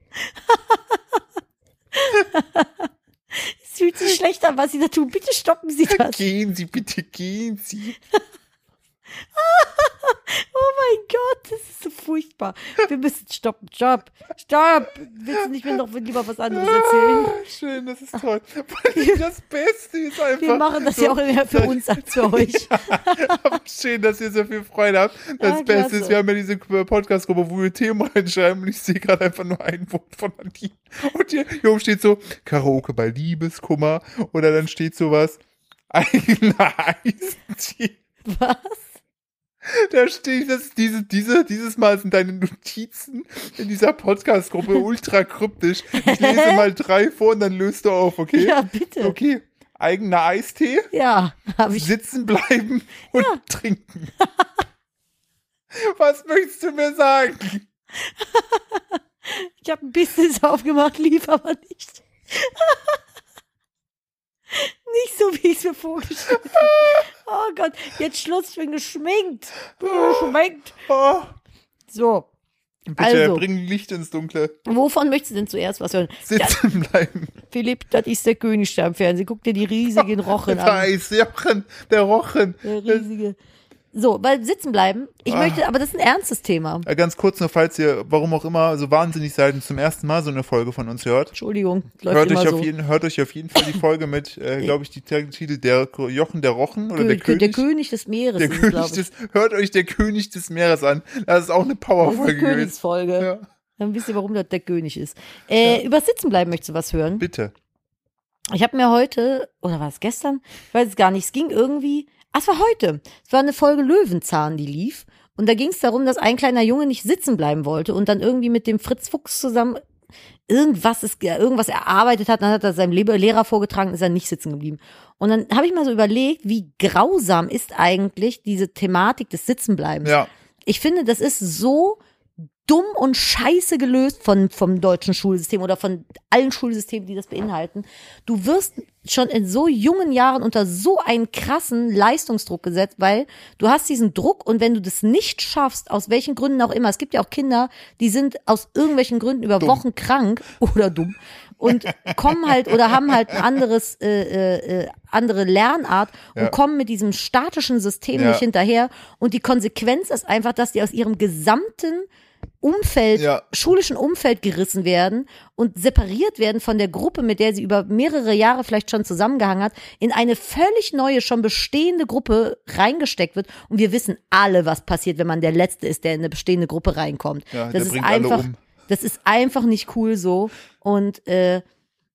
Es fühlt sich schlecht an, was Sie da tun. Bitte stoppen Sie das. Gehen Sie, bitte gehen Sie. Oh mein Gott, das ist so furchtbar. Wir müssen stoppen. Stopp. Stopp. Willst du nicht mehr noch lieber was anderes erzählen? Ah, schön, das ist toll. Weil Das Beste ist einfach. Wir machen das Ah, so- ja auch eher für uns *laughs* als für euch. Aber schön, dass ihr so viel Freude habt. Das Ja, Beste klasse. ist, wir haben ja diese Podcast-Gruppe, wo wir Themen reinschreiben und ich sehe gerade einfach nur ein Wort von Nadine. Und hier, hier oben steht so Karaoke bei Liebeskummer oder dann steht sowas eigener Eistee. Was? *laughs* Da steht das, diese, diese, dieses Mal sind deine Notizen in dieser Podcast-Gruppe ultra kryptisch. Ich *laughs* lese mal drei vor und dann löst du auf, okay? Ja, bitte. Okay. Eigener Eistee, Ja, habe ich. sitzen *laughs* bleiben und trinken. Was möchtest du mir sagen? Ich habe ein Business *laughs* aufgemacht, lief aber nicht. *laughs* nicht so, wie ich es mir vorgestellt habe. Oh Gott, jetzt Schluss, ich bin geschminkt. Bin geschminkt. Oh, So, bitte Also. bring Licht ins Dunkle. wovon möchtest du denn zuerst was hören? Sitzen *laughs* bleiben. Philipp, das ist der König da im Fernsehen. Guck dir die riesigen Rochen Der *laughs* an. Eis, der Rochen, der Rochen. Genau. Der riesige. So, weil sitzen bleiben. Ah. Ich möchte, aber das ist ein ernstes Thema. Äh, Ganz kurz nur, falls ihr, warum auch immer, so wahnsinnig seid und zum ersten Mal so eine Folge von uns hört. Entschuldigung, läuft Hört immer euch, so. auf jeden, hört euch auf jeden Fall die Folge mit, *laughs* äh, glaube ich, die Titel der Ko- Jochen der Rochen oder der Kö- König. des Meeres Der ist es, glaub König ich. des, hört euch der König des Meeres an. Das ist auch eine Das ist die Powerfolge gewesen. Königsfolge. Ja. Dann wisst ihr, warum das der König ist. Äh, Über Sitzen bleiben möchtest du was hören? Bitte. Ich habe mir heute, oder war es gestern? Ich weiß es gar nicht. Es ging irgendwie, ah, es war heute. Es war eine Folge Löwenzahn, die lief. Und da ging es darum, dass ein kleiner Junge nicht sitzen bleiben wollte und dann irgendwie mit dem Fritz Fuchs zusammen irgendwas ist, irgendwas erarbeitet hat, dann hat er seinem Lehrer- Lehrer vorgetragen, ist er nicht sitzen geblieben. Und dann habe ich mal so überlegt, wie grausam ist eigentlich diese Thematik des Sitzenbleibens. Ja. Ich finde, das ist so dumm und scheiße gelöst von, vom deutschen Schulsystem oder von allen Schulsystemen, die das beinhalten. Du wirst schon in so jungen Jahren unter so einen krassen Leistungsdruck gesetzt, weil du hast diesen Druck und wenn du das nicht schaffst, aus welchen Gründen auch immer, es gibt ja auch Kinder, die sind aus irgendwelchen Gründen über Wochen krank *laughs* oder dumm und kommen halt oder haben halt ein anderes äh, äh, andere Lernart und Ja. kommen mit diesem statischen System Ja. nicht hinterher und die Konsequenz ist einfach, dass die aus ihrem gesamten Umfeld, Ja. schulischen Umfeld gerissen werden und separiert werden von der Gruppe, mit der sie über mehrere Jahre vielleicht schon zusammengehangen hat, in eine völlig neue, schon bestehende Gruppe reingesteckt wird. Und wir wissen alle, was passiert, wenn man der Letzte ist, der in eine bestehende Gruppe reinkommt. Ja, der das ist bringt alle einfach, um. das ist einfach nicht cool so. Und äh,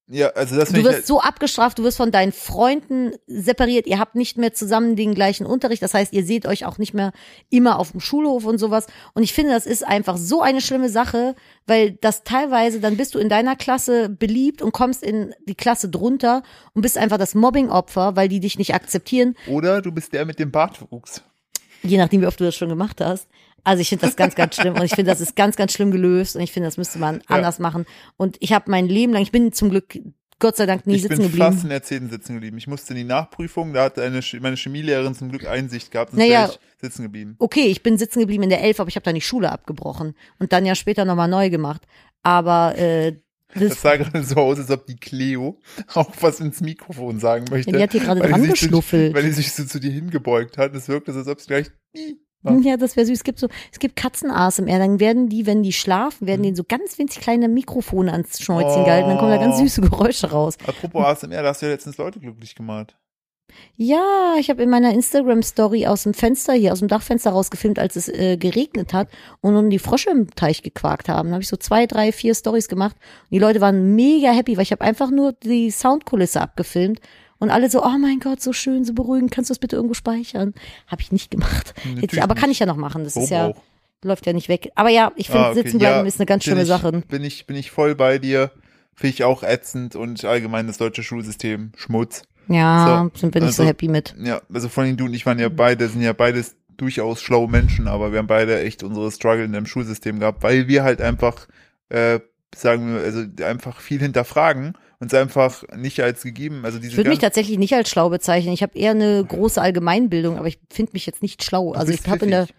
Ja, also das du finde ich. wirst so abgestraft, du wirst von deinen Freunden separiert, ihr habt nicht mehr zusammen den gleichen Unterricht, das heißt, ihr seht euch auch nicht mehr immer auf dem Schulhof und sowas. Und ich finde, das ist einfach so eine schlimme Sache, weil das teilweise, dann bist du in deiner Klasse beliebt und kommst in die Klasse drunter und bist einfach das Mobbing-Opfer, weil die dich nicht akzeptieren, oder du bist der mit dem Bartwuchs. je nachdem, wie oft du das schon gemacht hast. Also ich finde das ganz, ganz schlimm und ich finde, das ist ganz, ganz schlimm gelöst und ich finde, das müsste man anders machen. Und ich habe mein Leben lang, ich bin zum Glück, Gott sei Dank, nie Ich sitzen bin geblieben. fast in der 10. sitzen geblieben. Ich musste in die Nachprüfung, da hat eine, Sch- meine Chemielehrerin zum Glück Einsicht gehabt, sonst Naja. wäre ich sitzen geblieben. okay, ich bin sitzen geblieben in der Elf, aber ich habe da nicht Schule abgebrochen und dann ja später nochmal neu gemacht. Aber äh, *laughs* Das das, sah gerade so aus, als ob die Cleo *laughs* auch was ins Mikrofon sagen möchte. Ja, die hat hier gerade weil dran sie sich so- geschnuffelt. Weil die sich so zu dir hingebeugt hat. Es wirkte so, als ob sie gleich. Ih. Hm, ja, das wäre süß. Es gibt so, es gibt Katzen ASMR, dann werden die, wenn die schlafen, werden denen so ganz winzig kleine Mikrofone ans Schnäuzchen Mhm. Oh. gehalten, dann kommen da ganz süße Geräusche raus. *laughs* Apropos ASMR, da hast du ja letztens Leute glücklich gemacht. Ja, ich habe in meiner Instagram-Story aus dem Fenster hier, aus dem Dachfenster rausgefilmt, als es äh, geregnet hat und nun die Frösche im Teich gequakt haben. Da habe ich so zwei, drei, vier Stories gemacht und die Leute waren mega happy, weil ich habe einfach nur die Soundkulisse abgefilmt und alle so, oh mein Gott, so schön, so beruhigend, kannst du das bitte irgendwo speichern? Habe ich nicht gemacht. Natürlich Jetzt, aber kann nicht. ich ja noch machen, das ist Warum ja, auch? läuft ja nicht weg. Aber ja, ich finde, Ah, okay. sitzen bleiben Ja, ist eine ganz bin schöne ich, Sache. Bin ich, bin ich voll bei dir. Finde ich auch ätzend und allgemein das deutsche Schulsystem Schmutz. Ja, So, sind bin ich so also- happy mit. Ja, also vor allem du und ich waren ja beide, sind ja beides durchaus schlaue Menschen, aber wir haben beide echt unsere Struggle in dem Schulsystem gehabt, weil wir halt einfach, äh, sagen wir, also einfach viel hinterfragen, uns einfach nicht als gegeben, also diese Ich würde mich ganze- tatsächlich nicht als schlau bezeichnen. Ich habe eher eine große Allgemeinbildung, aber ich finde mich jetzt nicht schlau. Du Also ich bist habe in der, pfiffig.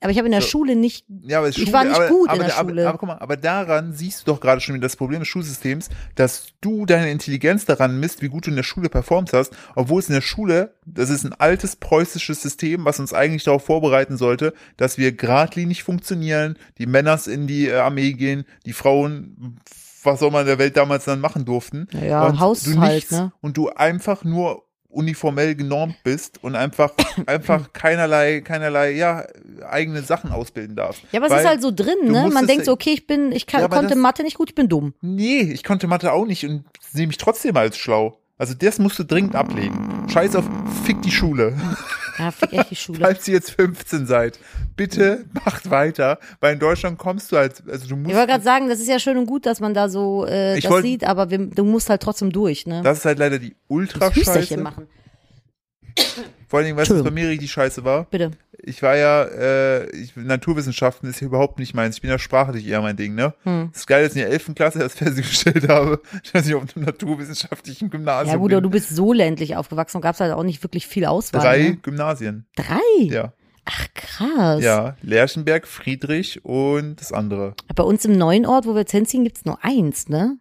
aber ich habe in der So. Schule nicht. Ja, aber es ist Ich Schule, war nicht aber, gut in aber, der aber, Schule. Aber guck mal, aber daran siehst du doch gerade schon wieder das Problem des Schulsystems, dass du deine Intelligenz daran misst, wie gut du in der Schule performt hast, obwohl es in der Schule, das ist ein altes preußisches System, was uns eigentlich darauf vorbereiten sollte, dass wir geradlinig funktionieren, die Männers in die äh, Armee gehen, die Frauen, was auch immer in der Welt damals dann machen durften. Ja, und Haushalt, du nichts, ne? Und du einfach nur uniformell genormt bist und einfach *clears throat* einfach keinerlei keinerlei ja eigene Sachen ausbilden darfst. Ja, aber es Weil- ist halt so drin, du ne? Man musstest- denkt so, okay, ich bin, ich kann, Ja, aber konnte das- Mathe nicht gut, ich bin dumm. Nee, ich konnte Mathe auch nicht und sehe mich trotzdem als schlau. Also das musst du dringend ablegen. Scheiß auf, fick die Schule. Ja, fick echt die Schule. *laughs* Falls ihr jetzt 15 seid, bitte macht weiter, weil in Deutschland kommst du als, also du Ich musst, wollte gerade sagen, das ist ja schön und gut, dass man da so äh, Ich das wollt- sieht, aber wir, du musst halt trotzdem durch, ne? das ist halt leider die Hüsterchen Ultrascheiße. machen, Vor allen Dingen, weißt du, was bei Entschuldigung. mir richtig scheiße war? bitte. Ich war ja, äh, ich, Naturwissenschaften ist hier überhaupt nicht meins. Ich bin ja sprachlich eher mein Ding, ne? Hm. Das ist geil, dass ich in der 11. Klasse erst *laughs* festgestellt habe, dass ich auf einem naturwissenschaftlichen Gymnasium ja gut, aber bin. du bist so ländlich aufgewachsen und gab's halt auch nicht wirklich viel Auswahl. Drei Ne? Hm. Gymnasien, Drei? ja. Ach krass. Ja, Lerchenberg, Friedrich und das andere. Bei uns im neuen Ort, wo wir jetzt hinziehen, gibt's nur eins, ne?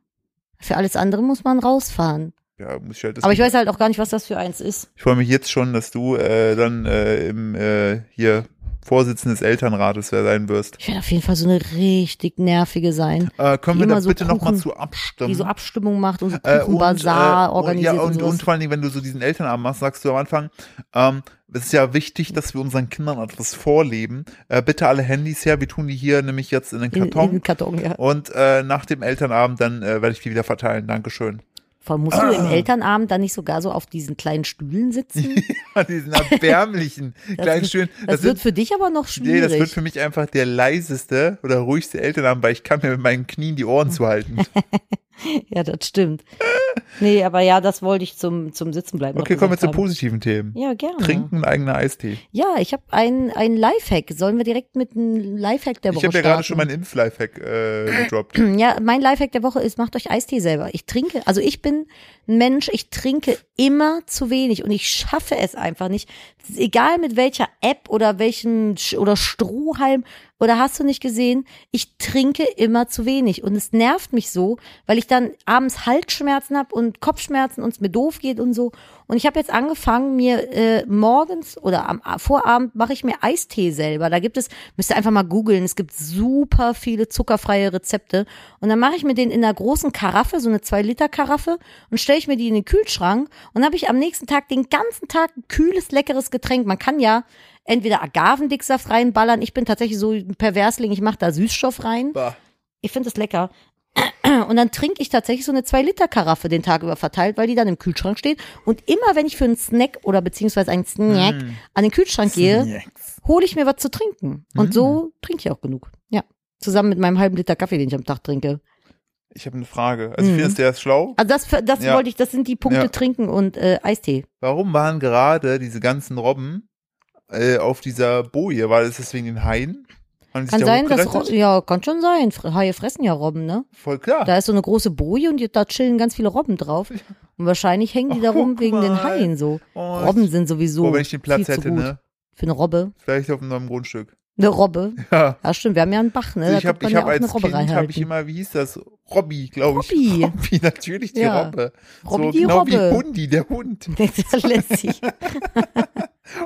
Für alles andere muss man rausfahren. Ja, muss ich halt das Aber ich weiß halt auch gar nicht, was das für eins ist. Ich freue mich jetzt schon, dass du äh, dann äh, im äh, hier Vorsitzender des Elternrates sein wirst. Ich werde auf jeden Fall so eine richtig nervige sein, Äh, können Die wir da immer so bitte nochmal Kuchen- zu abstimmen? die so Abstimmung macht und so Äh, und, Kuchenbazar äh, und, organisiert ja, und, und, sowas. und vor allen Dingen, wenn du so diesen Elternabend machst, sagst du am Anfang, ähm, es ist ja wichtig, dass wir unseren Kindern etwas vorleben. Äh, bitte alle Handys her, wir tun die hier nämlich jetzt in den in, in Karton. den Karton, ja. und äh, nach dem Elternabend, dann äh, werde ich die wieder verteilen. Dankeschön. *laughs* Vor allem musst du Ah. im Elternabend dann nicht sogar so auf diesen kleinen *laughs* Stühlen sitzen? An diesen erbärmlichen kleinen Stühlen. *laughs* Das, sind- wird für dich aber noch Nee, schwierig. das wird für mich *laughs* einfach der leiseste oder ruhigste Elternabend, weil ich kann mir mit meinen Knien die Ohren zuhalten. Ja, das stimmt. Nee, aber ja, das wollte ich zum, zum Sitzenbleiben. noch Okay, kommen wir zu gesagt haben. positiven Themen. Ja, gerne. Trinken und eigener Eistee. Ja, ich habe einen einen Lifehack. Sollen wir direkt mit einem Lifehack der Ich Woche habe ja gerade schon starten? meinen Impf-Lifehack äh, gedroppt. *clears throat* Ja, mein Lifehack der Woche ist, macht euch Eistee selber. Ich trinke, also ich bin ein Mensch, ich trinke immer zu wenig und ich schaffe es einfach nicht. Es ist Egal mit welcher App oder welchen Sch- oder Strohhalm oder hast du nicht gesehen, ich trinke immer zu wenig und es nervt mich so, weil ich dann abends Halsschmerzen habe und Kopfschmerzen und es mir doof geht und so. Und ich habe jetzt angefangen, mir äh, morgens oder am A- Vorabend mache ich mir Eistee selber. Da gibt es, müsst ihr einfach mal googeln, es gibt super viele zuckerfreie Rezepte. Und dann mache ich mir den in einer großen Karaffe, so eine 2-Liter-Karaffe und stelle ich mir die in den Kühlschrank und habe ich am nächsten Tag den ganzen Tag ein kühles, leckeres Getränk. Man kann ja entweder Agavendicksaft reinballern. Ich bin tatsächlich so ein Perversling, ich mache da Süßstoff rein. Bah. Ich finde das lecker. *clears throat* Und dann trinke ich tatsächlich so eine 2-Liter-Karaffe den Tag über verteilt, weil die dann im Kühlschrank steht. Und immer wenn ich für einen Snack oder beziehungsweise einen Hm. Mhm. Snack an den Kühlschrank gehe, Snacks. hole ich mir was zu trinken. Und so Mhm. trinke ich auch genug. Ja. Zusammen mit meinem halben Liter Kaffee, den ich am Tag trinke. Ich habe eine Frage. Also ich Mhm. finde, der ist schlau. Also das, das Ja. wollte ich, das sind die Punkte Ja. trinken und äh, Eistee. Warum waren gerade diese ganzen Robben äh, auf dieser Boje? War das deswegen den Haien? Haben die sich Kann da sein, dass Ro- hochgerettet? ja, kann schon sein. Fre- Haie fressen ja Robben, ne? Voll klar. Da ist so eine große Boje und da chillen ganz viele Robben drauf. Und wahrscheinlich hängen die da Oh, rum guck wegen den mal. Haien so. oh, ich- Robben sind sowieso. Boah, wenn ich den Platz viel hätte, zu gut. ne? Für eine Robbe. Vielleicht auf einem neuen Grundstück. *laughs* Eine Robbe. Ja. Ja, stimmt, wir haben ja einen Bach, ne? Also Da ich habe kann man ich ja hab auch eine als Robbe Kind habe ich reinhalten. immer, wie hieß das? Robby, glaube ich. *laughs* Robby. Robby, natürlich die Ja. Robbe. Robby so die genau Robbe. wie Hundi, der Hund. *laughs* Das lässt sich.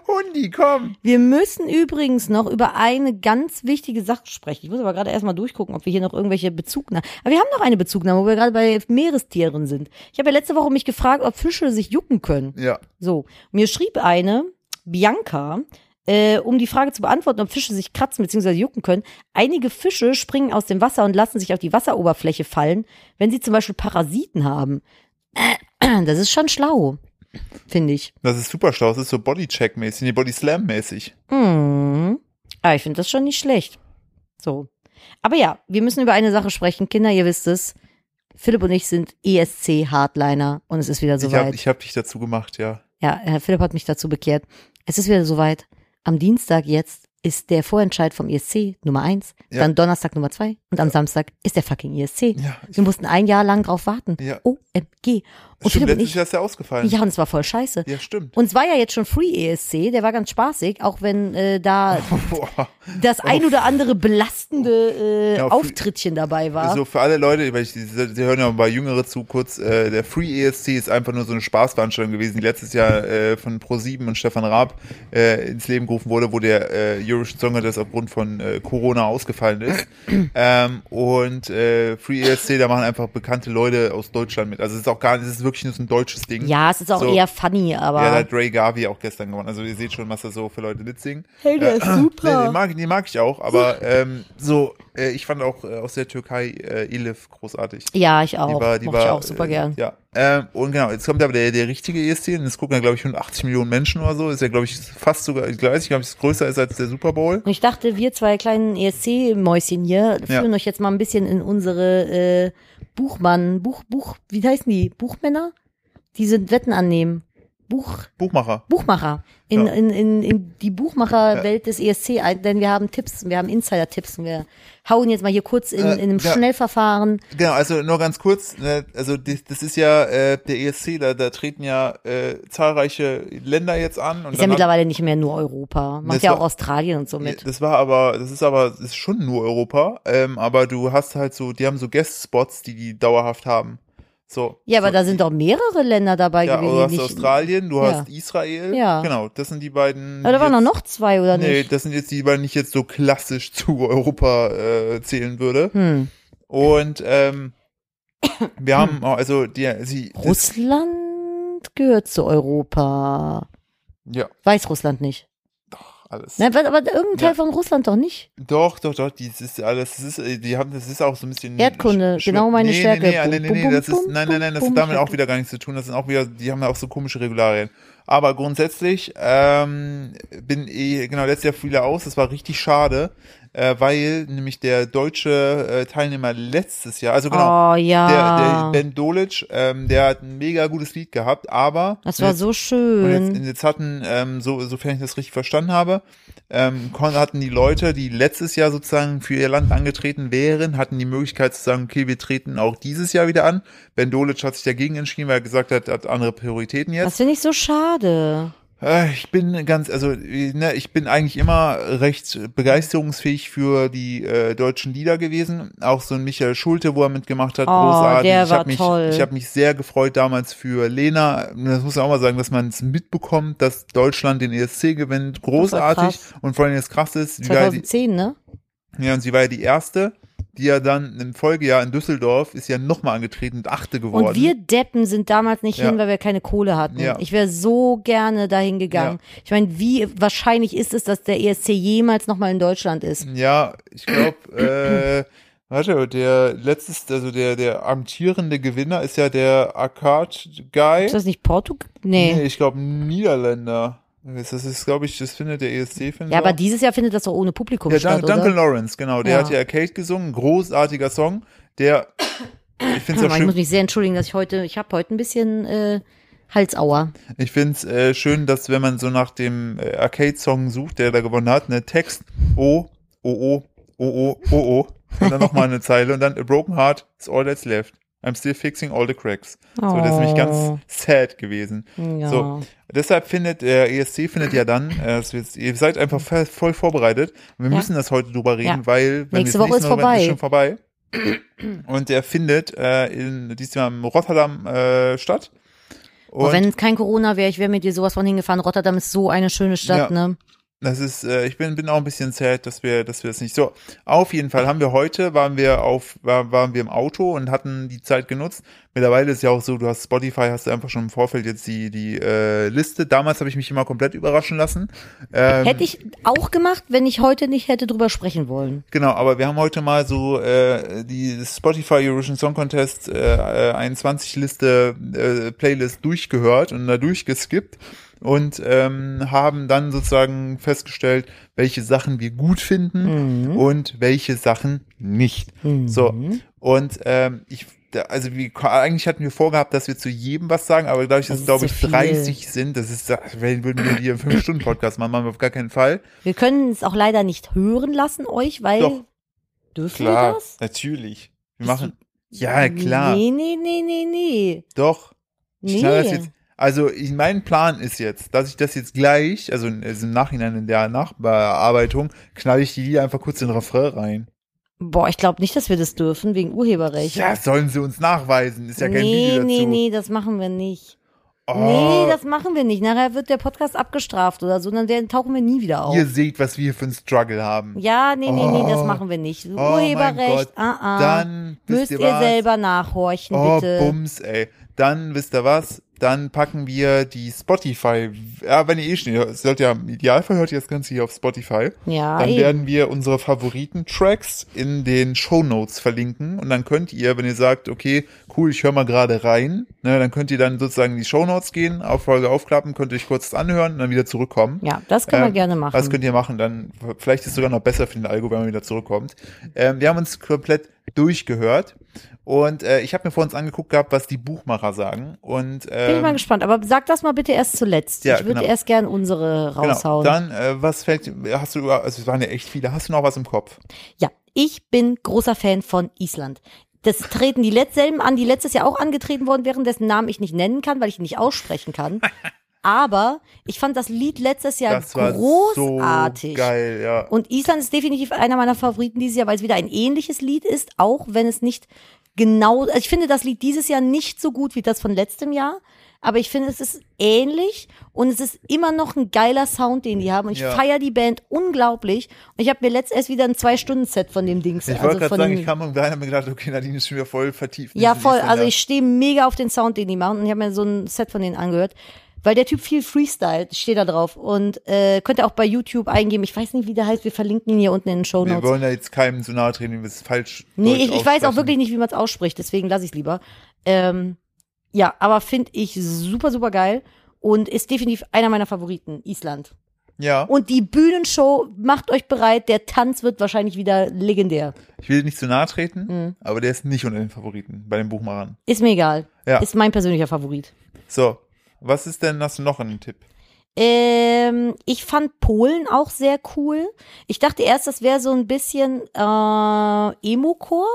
Hundi, komm. Wir müssen übrigens noch über eine ganz wichtige Sache sprechen. Ich muss aber gerade erstmal durchgucken, ob wir hier noch irgendwelche Bezugnahmen. Aber wir haben noch eine Bezugnahme, wo wir gerade bei Meerestieren sind. Ich habe ja letzte Woche mich gefragt, ob Fische sich jucken können. Ja. So, mir schrieb eine, Bianca, äh, um die Frage zu beantworten, ob Fische sich kratzen bzw. jucken können. Einige Fische springen aus dem Wasser und lassen sich auf die Wasseroberfläche fallen, wenn sie zum Beispiel Parasiten haben. *clears throat* Das ist schon schlau, finde ich. Das ist super schlau. Das ist so Bodycheck-mäßig, nee, Body-Slam-mäßig. Mhm. Ah, ich finde das schon nicht schlecht. So. Aber ja, wir müssen über eine Sache sprechen. Kinder, ihr wisst es. Philipp und ich sind E ESC-Hardliner und es ist wieder Ich habe soweit. ich hab dich dazu gemacht, ja. Ja, Herr Philipp hat mich dazu bekehrt. Es ist wieder soweit. Am Dienstag jetzt ist der Vorentscheid vom ESC Nummer eins, Ja. dann Donnerstag Nummer zwei und am Samstag ist der fucking ESC. Ja, ich, Wir mussten ein Jahr lang drauf warten. Ja. OMG. Und stimmt, Philipp und letztes ich, Jahr ist der ausgefallen. ja, und es war voll scheiße. ja stimmt. Und es war ja jetzt schon Free ESC, der war ganz spaßig, auch wenn *laughs* äh, da Boah. das ein oder andere belastende äh, Ja, Also, Free- Auftrittchen dabei war. So für alle Leute, weil ich, sie sie hören ja bei Jüngere zu kurz, äh, der Free ESC ist einfach nur so eine Spaßveranstaltung gewesen, die letztes Jahr äh, von Pro7 und Stefan Raab äh, ins Leben gerufen wurde, wo der äh, Eurovision Song Contest aufgrund von äh, Corona ausgefallen ist. *clears throat* ähm, und äh, Free ESC, da machen einfach bekannte Leute aus Deutschland mit. Also es ist auch gar nicht, es ist wirklich nur so ein deutsches Ding. ja, es ist auch so. eher funny, aber Ja, da hat Ray Garvey auch gestern gewonnen. Also ihr seht schon, was da so für Leute mitsingen. Äh, *clears throat* Hey, der ist super. Nee, den, mag, den mag ich auch, aber ähm, so, äh, ich fand auch äh, aus der Türkei äh, Elif großartig. ja, ich auch. Die war, die Mochte war, ich auch super äh, gern. Ja. Ähm, und genau, jetzt kommt aber der, der richtige E ESC und es gucken ja, glaube ich, 180 Millionen Menschen oder so. Ist ja, glaube ich, fast sogar, ich weiß nicht, ob es größer ist als der Super Bowl. Und ich dachte, wir zwei kleinen ESC-Mäuschen hier führen euch jetzt mal ein bisschen in unsere äh, Buchmann, Buch, Buch, wie heißen die? Buchmänner? Die sind Wetten annehmen. Buch, Buchmacher. Buchmacher. In, Ja. in, in, in die Buchmacherwelt des ESC ein, denn wir haben Tipps, und wir haben Insider-Tipps und wir hauen jetzt mal hier kurz in, Äh, in einem ja. Schnellverfahren. Genau, also nur ganz kurz, ne, also das, das ist ja äh, der ESC, da, da treten ja äh, zahlreiche Länder jetzt an. Und Ist ja dann haben- mittlerweile nicht mehr nur Europa. Macht Das ja war- auch Australien und so mit. Das war aber, das ist aber, das ist schon nur Europa, ähm, aber du hast halt so, die haben so Guest-Spots, die die dauerhaft haben. So. Ja, aber so, da sind doch mehrere Länder dabei ja, gewesen. du hast die nicht, Australien, du Ja. hast Israel. Ja. Genau, das sind die beiden. Aber da die waren doch jetzt- noch zwei, oder Nee, nicht? das sind jetzt die beiden, die ich jetzt so klassisch *laughs* zu Europa äh, zählen würde. Hm. Und ähm, wir *coughs* haben, auch- also die, sie. das- Russland gehört zu Europa. Ja, Weißrussland nicht. alles. Nein, aber irgendein Teil Ja. von Russland doch nicht. Doch, doch, doch, dies ist alles, das ist, äh, die haben, das ist auch so ein bisschen. Erdkunde, sch- genau meine nee, Stärke. Nee, nee, Bum, nee, nee, bum, nee, das bum, ist, nein, nein, nein, das bum, hat damit bum, auch wieder gar nichts zu tun. Das sind auch wieder, die haben da auch so komische Regularien. Aber grundsätzlich ähm, bin ich, genau, letztes Jahr fiel er aus, das war richtig schade, äh, weil nämlich der deutsche äh, Teilnehmer letztes Jahr, also genau, Oh der, der ja. Ben Dolic, ähm, der hat ein mega gutes Lied gehabt, aber das war jetzt, so und jetzt, schön. und jetzt hatten, ähm, so, sofern ich das richtig verstanden habe, ähm, kon- hatten die Leute, die letztes Jahr sozusagen für ihr Land angetreten wären, hatten die Möglichkeit zu sagen, okay, wir treten auch dieses Jahr wieder an. Ben Dolic hat sich dagegen entschieden, weil er gesagt hat, er hat andere Prioritäten jetzt. Das finde ich so schade. Äh, Ich bin ganz, also äh, ne, ich bin eigentlich immer recht begeisterungsfähig für die äh, deutschen Lieder gewesen. Auch so ein Michael Schulte, wo er mitgemacht hat, Oh, großartig. der ich war habe mich, toll. ich habe mich sehr gefreut damals für Lena. Das muss man auch mal sagen, dass man es mitbekommt, dass Deutschland den ESC gewinnt. Großartig. krass. Und vor allem das Krasse ist, sie war ja die, 2010, ne? ja, und sie war ja die erste, die ja dann im Folgejahr in Düsseldorf ist ja nochmal angetreten und achte geworden. Und wir Deppen sind damals nicht Ja. hin, weil wir keine Kohle hatten. Ja. Ich wäre so gerne dahin gegangen. Ich meine, wie wahrscheinlich ist es, dass der ESC jemals nochmal in Deutschland ist? Ja, ich *clears throat* glaube, äh, warte, der letztes, also der, der amtierende Gewinner ist ja der Akkad-Guy. Ist das nicht Portugal? Nee. Nee, ich glaube, Niederländer. Das ist, glaube ich, das findet der E ESC, findet Ja, aber auch. dieses Jahr findet das doch ohne Publikum Ja, statt, Dun Duncan oder? Lawrence, genau, der Ja. hat ja Arcade gesungen, großartiger Song, der, ich finde es Mann, auch ich muss schön, mich sehr entschuldigen, dass ich heute, ich habe heute ein bisschen äh, Halsauer. ich find's, äh, schön, dass wenn man so nach dem äh, Arcade-Song sucht, der da gewonnen hat, ne, Text, oh, oh, oh, oh, oh, oh, oh, und dann nochmal eine Zeile und dann, a broken heart is all that's left. I'm still fixing all the cracks. So, das ist nämlich Oh. ganz sad gewesen. Ja. So, deshalb findet äh, der ESC findet ja dann, äh, es wird- ihr seid einfach fe- voll vorbereitet. Und wir Ja. müssen das heute drüber reden, Ja. weil wenn Nächste wir Woche es ist Mal reden, vorbei. ist schon vorbei. Und der findet äh, in diesmal in Rotterdam äh, statt. Boah, Und Oh, wenn kein Corona wäre, ich wäre mit dir sowas von hingefahren. Rotterdam ist so eine schöne Stadt, Ja. ne? das ist, äh, ich bin, bin auch ein bisschen sad, dass wir, dass wir das nicht so. Auf jeden Fall haben wir heute, waren wir auf, war, waren wir im Auto und hatten die Zeit genutzt. Mittlerweile ist ja auch so, du hast Spotify, hast du einfach schon im Vorfeld jetzt die, die äh, Liste. Damals habe ich mich immer komplett überraschen lassen. Ähm, Hätte ich auch gemacht, wenn ich heute nicht hätte drüber sprechen wollen. Genau, aber wir haben heute mal so äh, die Spotify Eurovision Song Contest äh, 21 Liste äh, Playlist durchgehört und da durchgeskippt und ähm, haben dann sozusagen festgestellt, welche Sachen wir gut finden Hm? und welche Sachen nicht. Mhm. Mhm. Oh, So und ähm, ich da- also wir, eigentlich hatten wir vorgehabt, dass wir zu jedem was sagen, aber dadurch, dass Das es ist glaube zu ich viel. 30 sind, das ist, also wenn würden wir hier einen 5-Stunden-Podcast machen, machen wir auf gar keinen Fall. Wir können es auch leider nicht hören lassen, euch, weil. Doch. Dürfen wir Klar, das? natürlich. Wir Bist machen. Ja, klar. Nee, nee, nee, nee, nee. Doch. Ich Nee. knall das jetzt. Also, ich, mein Plan ist jetzt, dass ich das jetzt gleich, also, in- also im Nachhinein in der Nachbearbeitung, knall ich die Lieder einfach kurz in den Refrain rein. Boah, ich glaube nicht, dass wir das dürfen, wegen Urheberrecht. Ja, sollen sie uns nachweisen. Ist ja kein nee, Video dazu. nee, nee, das machen wir nicht. Oh, Nee, das machen wir nicht. Nachher wird der Podcast abgestraft oder so, dann werden, tauchen wir nie wieder auf. ihr seht, was wir hier für einen Struggle haben. Ja, nee, nee, nee, das Oh. machen wir nicht. mein Gott. Urheberrecht, ah, ah. Dann wisst müsst ihr ihr, was? selber nachhorchen, Oh, bitte. Bums, ey. Dann wisst ihr was? Dann packen wir die Spotify. Ja, wenn ihr eh schon, ihr sollt ja im Idealfall hört ihr das Ganze hier auf Spotify. Ja, eh. Dann eben. werden wir unsere Favoriten-Tracks in den Shownotes verlinken und dann könnt ihr, wenn ihr sagt, okay, cool, ich höre mal gerade rein, ne, dann könnt ihr dann sozusagen in die Shownotes gehen, auf Folge aufklappen, könnt ihr euch kurz anhören und dann wieder zurückkommen. Ja, das können wir Ähm, gerne machen. Was könnt ihr machen? Dann vielleicht ist es sogar noch besser für den Algo, wenn man wieder zurückkommt. Ähm, wir haben uns komplett durchgehört und äh, ich habe mir vor uns angeguckt gehabt, was die Buchmacher sagen und Bin ich mal ähm, gespannt, aber sag das mal bitte erst zuletzt. Ja, ich würde genau. erst gern unsere genau. raushauen. Dann äh, was fällt? Hast du? über- Also es waren ja echt viele. Hast du noch was im Kopf? ja, ich bin großer Fan von Island. Das treten die Let- selben an, die letztes Jahr auch angetreten wurden, während dessen Namen ich nicht nennen kann, weil ich ihn nicht *laughs* aussprechen kann. Aber ich fand das Lied letztes Jahr Das war großartig. so geil, ja. Und Island ist definitiv einer meiner Favoriten dieses Jahr, weil es wieder ein ähnliches Lied ist, auch wenn es nicht genau, also ich finde das Lied dieses Jahr nicht so gut wie das von letztem Jahr, aber ich finde es ist ähnlich und es ist immer noch ein geiler Sound, den die haben und ich Ja. feiere die Band unglaublich und ich habe mir letzt erst wieder ein Zwei-Stunden-Set von dem Dings. Ich wollte also gerade von sagen, dem- ich kam und rein und hab mir gedacht, okay, Nadine ist schon wieder voll vertieft. in ne? ja, diese voll. Also Isländer. ich stehe mega auf den Sound, den die machen. Und ich habe mir so ein Set von denen angehört. Weil der Typ viel Freestyle, steht da drauf. Und äh, könnt ihr auch bei YouTube eingeben. Ich weiß nicht, wie der heißt. Wir verlinken ihn hier unten in den Show Wir Notes. wollen ja jetzt keinem so nahe treten, wie wir es falsch Nee, deutsch ich, ich weiß auch aussprechen. wirklich nicht, wie man es ausspricht. Deswegen lasse ich es lieber. Ähm, ja, aber finde ich super, super geil. und ist definitiv einer meiner Favoriten, Island. Ja. Und die Bühnenshow macht euch bereit, der Tanz wird wahrscheinlich wieder legendär. Ich will nicht zu nahe Mhm. treten, aber der ist nicht unter den Favoriten bei den Buchmachern. Ist mir egal. Ja. Ist mein persönlicher Favorit. So. Was ist denn, hast du noch einen Tipp? Ähm, ich fand Polen auch sehr cool. Ich dachte erst, das wäre so ein bisschen äh, Emo-Chor.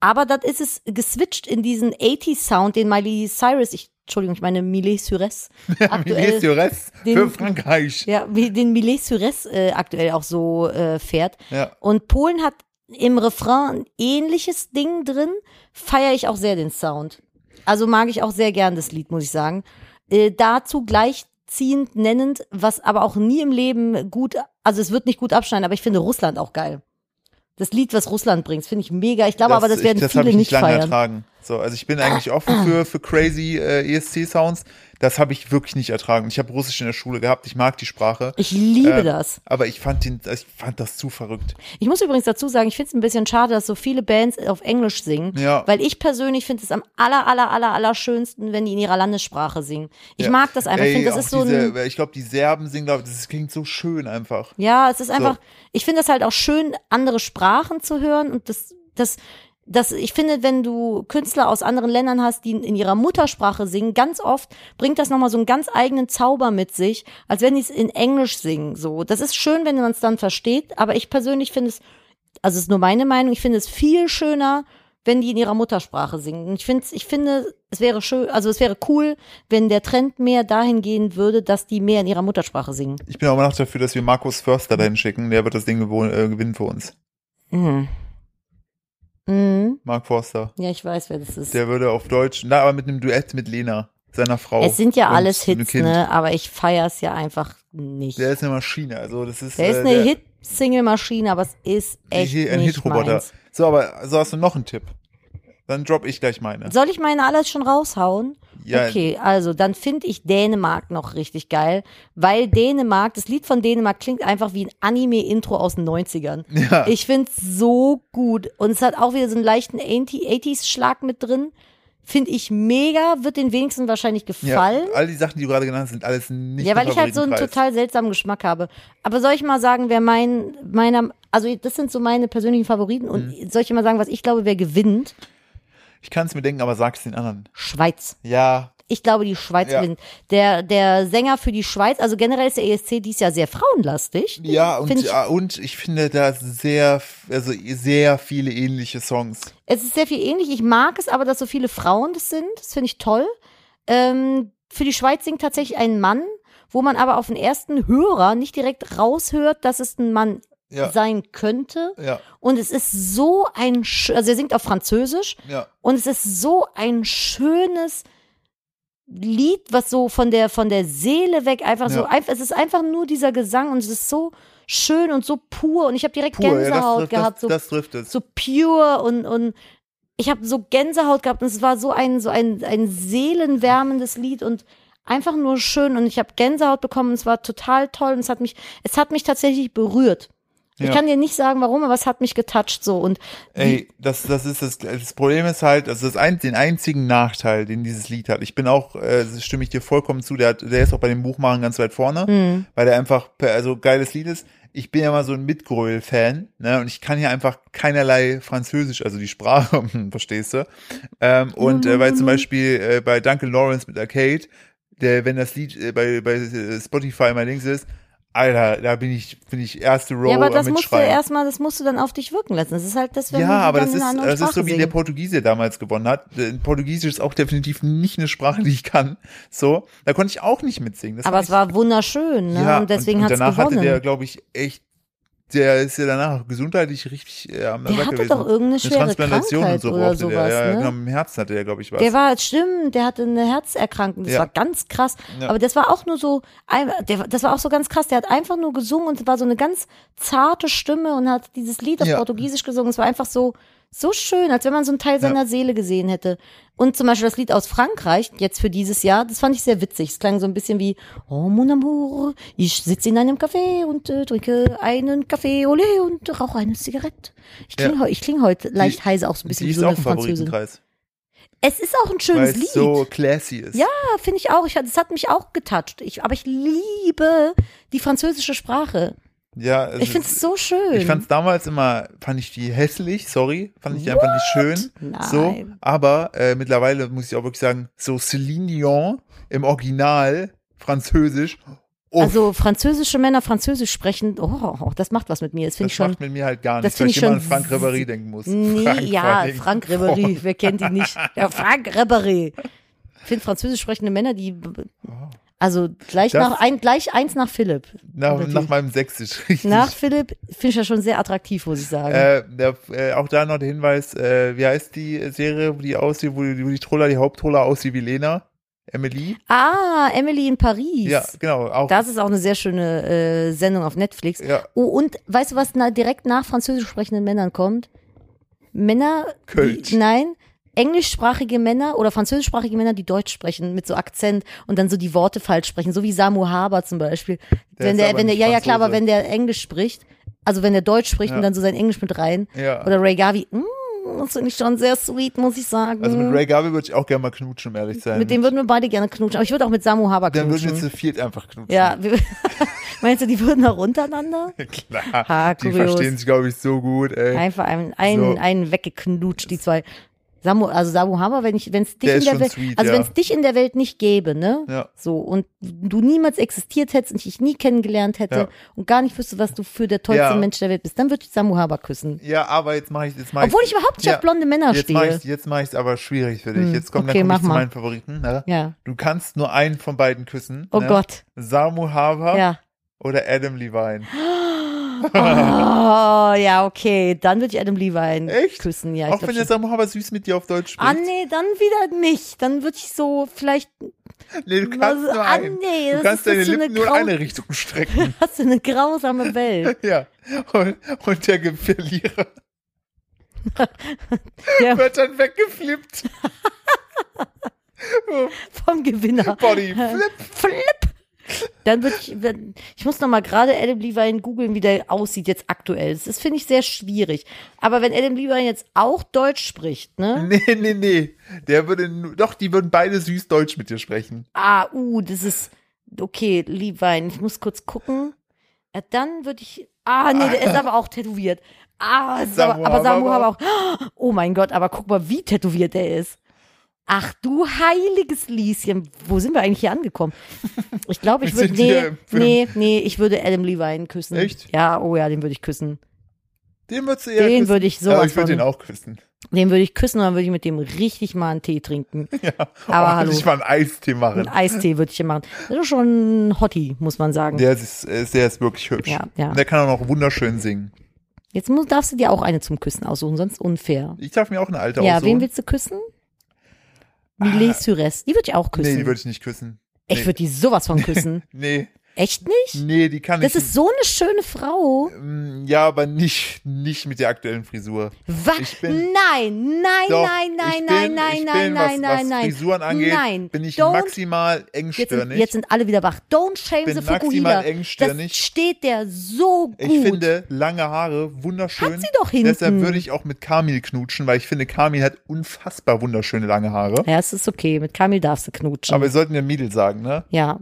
Aber das ist es geswitcht in diesen 80s-Sound, den Miley Cyrus, ich, Entschuldigung, ich meine Miley Cyrus, Millet *laughs* aktuell, Jores den- für Frankreich. ja, wie den Miley Cyrus äh, aktuell auch so äh, fährt. Ja. Und Polen hat im Refrain ein ähnliches Ding drin, feiere ich auch sehr den Sound. Also mag ich auch sehr gern das Lied, muss ich sagen. Äh, dazu gleichziehend nennend, was aber auch nie im Leben gut, also es wird nicht gut abschneiden, aber ich finde Russland auch geil. Das Lied, was Russland bringt, finde ich mega. Ich glaube aber, das ich- werden das hab viele ich nicht lange feiern. ertragen. So, also ich bin eigentlich offen für, für crazy äh, ESC-Sounds. Das habe ich wirklich nicht ertragen. Ich habe Russisch in der Schule gehabt. Ich mag die Sprache. Ich liebe Ähm, das. Aber ich fand, den, ich fand das zu verrückt. Ich muss übrigens dazu sagen, ich finde es ein bisschen schade, dass so viele Bands auf Englisch singen, Ja. weil ich persönlich finde es am aller, aller, aller, aller schönsten, wenn die in ihrer Landessprache singen. Ich Ja. mag das einfach. Ey, ich finde, das auch ist so diese, ein, Ich glaube, die Serben singen, glaub, das klingt so schön einfach. ja, es ist einfach, ich finde das halt auch schön, andere Sprachen zu hören und das, das, das, ich finde, wenn du Künstler aus anderen Ländern hast, die in ihrer Muttersprache singen, ganz oft bringt das nochmal so einen ganz eigenen Zauber mit sich, als wenn die es in Englisch singen, so. Das ist schön, wenn man es dann versteht, aber ich persönlich finde es also es ist nur meine Meinung, ich finde es viel schöner, wenn die in ihrer Muttersprache singen. Und ich finde, ich finde, es wäre schön, also es wäre cool, wenn der Trend mehr dahin gehen würde, dass die mehr in ihrer Muttersprache singen. Ich bin auch immer noch dafür, dass wir Markus Förster dahin schicken. Der wird das Ding gewohn, äh, gewinnen für uns. Mhm. Mhm. Mark Forster. Ja, ich weiß, wer das ist. Der würde auf Deutsch, na, aber mit einem Duett mit Lena, seiner Frau. es sind ja und alles einem Hits, Kind. ne? Aber ich feier's ja einfach nicht. Der Der, ist eine Maschine. Also das ist, ist äh, eine der- Hit-Single-Maschine, aber es ist echt Hier ein nicht Hitroboter. meins. So, aber so hast du noch einen Tipp. Dann drop ich gleich meine. Soll ich meine alles schon raushauen? Ja. Okay, also dann finde ich Dänemark noch richtig geil, weil Dänemark, das Lied von Dänemark klingt einfach wie ein Anime-Intro aus den 90ern. *laughs* *laughs* Ja. Ich finde es so gut und es hat auch wieder so einen leichten 80s-Schlag mit drin. Finde ich mega, wird den wenigsten wahrscheinlich ja, gefallen. all die Sachen, die du gerade genannt hast, sind alles nicht Ja, weil im ich halt so einen Favoritenkreis. total seltsamen Geschmack habe. Aber soll ich mal sagen, wer mein, meiner, also das sind so meine persönlichen Favoriten und Mhm. soll ich mal sagen, was ich glaube, wer gewinnt? Ich kann es mir denken, aber sag's den anderen. Schweiz. Ja, Ich glaube, die Schweiz Ja. gewinnt. Der, der Sänger für die Schweiz, also generell ist der ESC dies Jahr sehr frauenlastig. ja und Find ich, ich, und ich finde da sehr, also sehr viele ähnliche Songs. es ist sehr viel ähnlich. Ich mag es aber, dass so viele Frauen das sind. Das finde ich toll. Ähm, für die Schweiz singt tatsächlich ein Mann, wo man aber auf den ersten Hörer nicht direkt raushört, dass es ein Mann Ja. sein könnte. Ja, Und es ist so ein, sch- also er singt auf Französisch. ja, Und es ist so ein schönes Lied, was so von der, von der Seele weg einfach so, Ja. einfach, es ist einfach nur dieser Gesang und es ist so schön und so pur und ich habe direkt pur. Ja, das, Gänsehaut trifft, gehabt, das, so, das trifft es. so pure und, und ich habe so Gänsehaut gehabt und es war so ein, so ein, ein seelenwärmendes Lied und einfach nur schön und ich habe Gänsehaut bekommen und es war total toll und es hat mich, es hat mich tatsächlich berührt. Ich Ja. kann dir nicht sagen, warum, aber es hat mich getoucht so und Ey, das, das ist das, das Problem ist halt, also das ein, den einzigen Nachteil, den dieses Lied hat. Ich bin auch, äh, das stimme ich dir vollkommen zu, der, hat, der ist auch bei den Buchmachern ganz weit vorne, Hm. weil der einfach, per- also geiles Lied ist. Ich bin ja mal so ein Mitgröl-Fan, ne, und ich kann hier einfach keinerlei Französisch, also die Sprache, *laughs* verstehst du? Ähm, und äh, weil zum Beispiel äh, bei Duncan Lawrence mit Arcade, der, wenn das Lied äh, bei, bei äh, Spotify mal links ist, Alter, da bin ich, bin ich erste Row Ja, aber das am musst du Mitschreien. erstmal, das musst du dann auf dich wirken lassen. Das ist halt das, wenn Ja, man aber dann das in ist, einer anderen das ist Sprache so wie der singen. Portugiese damals gewonnen hat. Äh, Portugiesisch ist auch definitiv nicht eine Sprache, die ich kann. So, da konnte ich auch nicht mitsingen. Das Aber es war wunderschön, ne? und deswegen und, hat's und danach gewonnen. hatte der, glaube ich, echt, der ist ja danach gesundheitlich richtig äh, am Der Sack hatte gewesen. doch irgendeine schwere Transplantation Krankheit und so oder brauchte sowas, der. Ja, ne? genau, im Herzen hatte der, glaube ich, was. der war, stimmt, der hatte eine Herzerkrankung. Das Ja. war ganz krass. Ja. Aber das war auch nur so, ein- der, das war auch so ganz krass. Der hat einfach nur gesungen und es war so eine ganz zarte Stimme und hat dieses Lied auf Ja. Portugiesisch gesungen. Es war einfach so, so schön, als wenn man so einen Teil seiner Seele gesehen hätte. Und zum Beispiel das Lied aus Frankreich, jetzt für dieses Jahr, das fand ich sehr witzig. Es klang so ein bisschen wie, oh mon amour, ich sitze in einem Café und äh, trinke einen Kaffee, ole und rauche eine Zigarette. Ich Ja. klinge ich kling heute leicht Die- heiser auch so ein bisschen die wie ist so eine auch im Französin. Favoritenkreis. Es ist auch ein weil schönes Lied. es so classy ist. Ja, finde ich auch. Ich, das hat mich auch getatscht. Ich, aber ich liebe die französische Sprache. ja es Ich finde ist- es so schön. Ich fand es damals immer, fand ich die hässlich, sorry, fand ich die einfach nicht schön. Nein. So, aber äh, mittlerweile muss ich auch wirklich sagen, so Celine Dion im Original französisch. Oh, also französische Männer französisch sprechen, oh, das macht was mit mir. Das finde das ich schon. macht mit mir halt gar das nichts, weil find ich ich immer an schon Frank s- Ribéry denken muss. Nee, ja, Ribéry. Frank Ribery, Oh. wer kennt ihn nicht? Ja, Frank Ribery. Ich finde französisch sprechende Männer, die also gleich Oh. Das- nach ein, gleich eins nach Philipp. Nach, Natürlich. nach meinem Sächsisch, richtig. Nach Philipp finde ich ja schon sehr attraktiv, muss ich sagen. äh, der, äh, auch da noch der Hinweis, äh, wie heißt die Serie, wo die aussieht, wo die, wo die Troller, die Haupttroller aussieht wie Lena? Emily? ah, Emily in Paris. Ja, genau. Auch, Das ist auch eine sehr schöne äh, Sendung auf Netflix. Ja. Oh, und weißt du, was na, direkt nach französisch sprechenden Männern kommt? Männer, Kölsch. die, nein, englischsprachige Männer oder französischsprachige Männer, die Deutsch sprechen mit so Akzent und dann so die Worte falsch sprechen, so wie Samu Haber zum Beispiel. Der wenn ist der, aber wenn der, nicht ja, ja klar, aber Franzose. wenn der Englisch spricht, also wenn der Deutsch spricht Ja. und dann so sein Englisch mit rein. Ja. Oder Ray Gavi, mm, das finde ich schon sehr sweet, muss ich sagen. also mit Ray Garvey würde ich auch gerne mal knutschen, um ehrlich zu sein. mit dem würden wir beide gerne knutschen, aber ich würde auch mit Samu Haber knutschen. Dann würden wir zu viert einfach knutschen. Ja, wir- *laughs* meinst du, die würden auch untereinander? *laughs* Klar, Ha, die kurios. verstehen sich, glaube ich, so gut, ey. Einfach einen, einen, So. einen weggeknutscht, die zwei. Samu, also Samu Hammer, wenn ich, wenn es dich Der in ist der schon Welt, sweet, also ja. wenn es dich in der Welt nicht gäbe, ne? Ja. So und du niemals existiert hättest und ich dich nie kennengelernt hätte Ja. und gar nicht wüsste, was du für der tollste Ja. Mensch der Welt bist, dann würde ich Samu Haber küssen. Ja, aber jetzt mache ich jetzt mach Obwohl ich überhaupt nicht auf blonde Männer jetzt stehe. mach ich's, jetzt mache ich es aber schwierig für dich. Hm, Jetzt komm, dann okay, komm mach ich zu mal. meinen Favoriten. Ne? Ja. Du kannst nur einen von beiden küssen. Oh ne? Gott. Samu Haber *laughs* Ja. oder Adam Levine. Oh, ja, okay. Dann würde ich Adam Levine Echt? küssen, ja. ich Auch glaub wenn der schon. Samu Haber süß mit dir auf Deutsch spricht. Ah, nee, dann wieder nicht. Dann würde ich so vielleicht nee, du kannst was- nur ah, einen. nee, du das kannst ist deine so eine Lippen nur in grau- eine Richtung *laughs* strecken. hast du eine *laughs* grausame Welt. ja. Und, und der Ge- Verlierer *laughs* Ja. wird dann weggeflippt. vom Gewinner. *laughs* Body flip. Flip! Dann würde ich, wenn- ich muss noch mal gerade Adam Levine googeln, wie der aussieht jetzt aktuell. Das ist, finde ich, sehr schwierig. Aber wenn Adam Levine jetzt auch Deutsch spricht, ne? Nee, nee, nee. Der würde, nu- doch, die würden beide süß Deutsch mit dir sprechen. Ah, uh, das ist, okay, Levine, ich muss kurz gucken. Ja, dann würde ich, ah, nee, der ist aber auch tätowiert. Ah, es ist aber, Samu aber Samu Haber aber auch, oh mein Gott, aber guck mal, wie tätowiert er ist. Ach du heiliges Lieschen, wo sind wir eigentlich hier angekommen? Ich glaube, ich Wir würde, sind nee, hier im Film. nee, nee, ich würde Adam Levine küssen. Echt? Ja, oh ja, den würde ich küssen. Den würdest du eher Den küssen. würde ich sowas Aber ich würde von- den auch küssen. *laughs* Den würde ich küssen und dann würde ich mit dem richtig mal einen Tee trinken. Ja. Aber Oh, hallo. Ich mal einen Eistee machen. *laughs* Einen Eistee würde ich hier machen. Das ist schon ein Hottie, muss man sagen. Der ist, äh, der ist wirklich hübsch. Ja, ja. Und Der kann auch noch wunderschön singen. Jetzt muss, darfst du dir auch eine zum Küssen aussuchen, sonst unfair. Ich darf mir auch eine alte Ja, aussuchen. Ah. wen willst du küssen? Millet Sures. Die würde ich auch nee, küssen. die würde ich nicht küssen. ich nee. würde die sowas *laughs* von küssen. Nee, Echt nicht? nee, die kann Das ich. ist so eine schöne Frau. Mm, ja, aber nicht, nicht mit der aktuellen Frisur. Was? Ich bin- Nein, nein, Doch, nein, ich nein, bin, nein, nein, ich nein, bin, was, nein, nein, was nein. Frisuren angeht, Nein, bin ich don't- maximal Jetzt sind, engstirnig. jetzt sind alle wieder wach. Don't shame Bin the maximal Fukuhila. engstirnig. Das steht der so gut. ich finde lange Haare wunderschön. Hat sie doch hinten. Deshalb würde ich auch mit Kamil knutschen, weil ich finde, Kamil hat unfassbar wunderschöne lange Haare. ja, es ist okay. Mit Kamil darfst du knutschen. Aber wir sollten ja Mädel sagen, ne? Ja.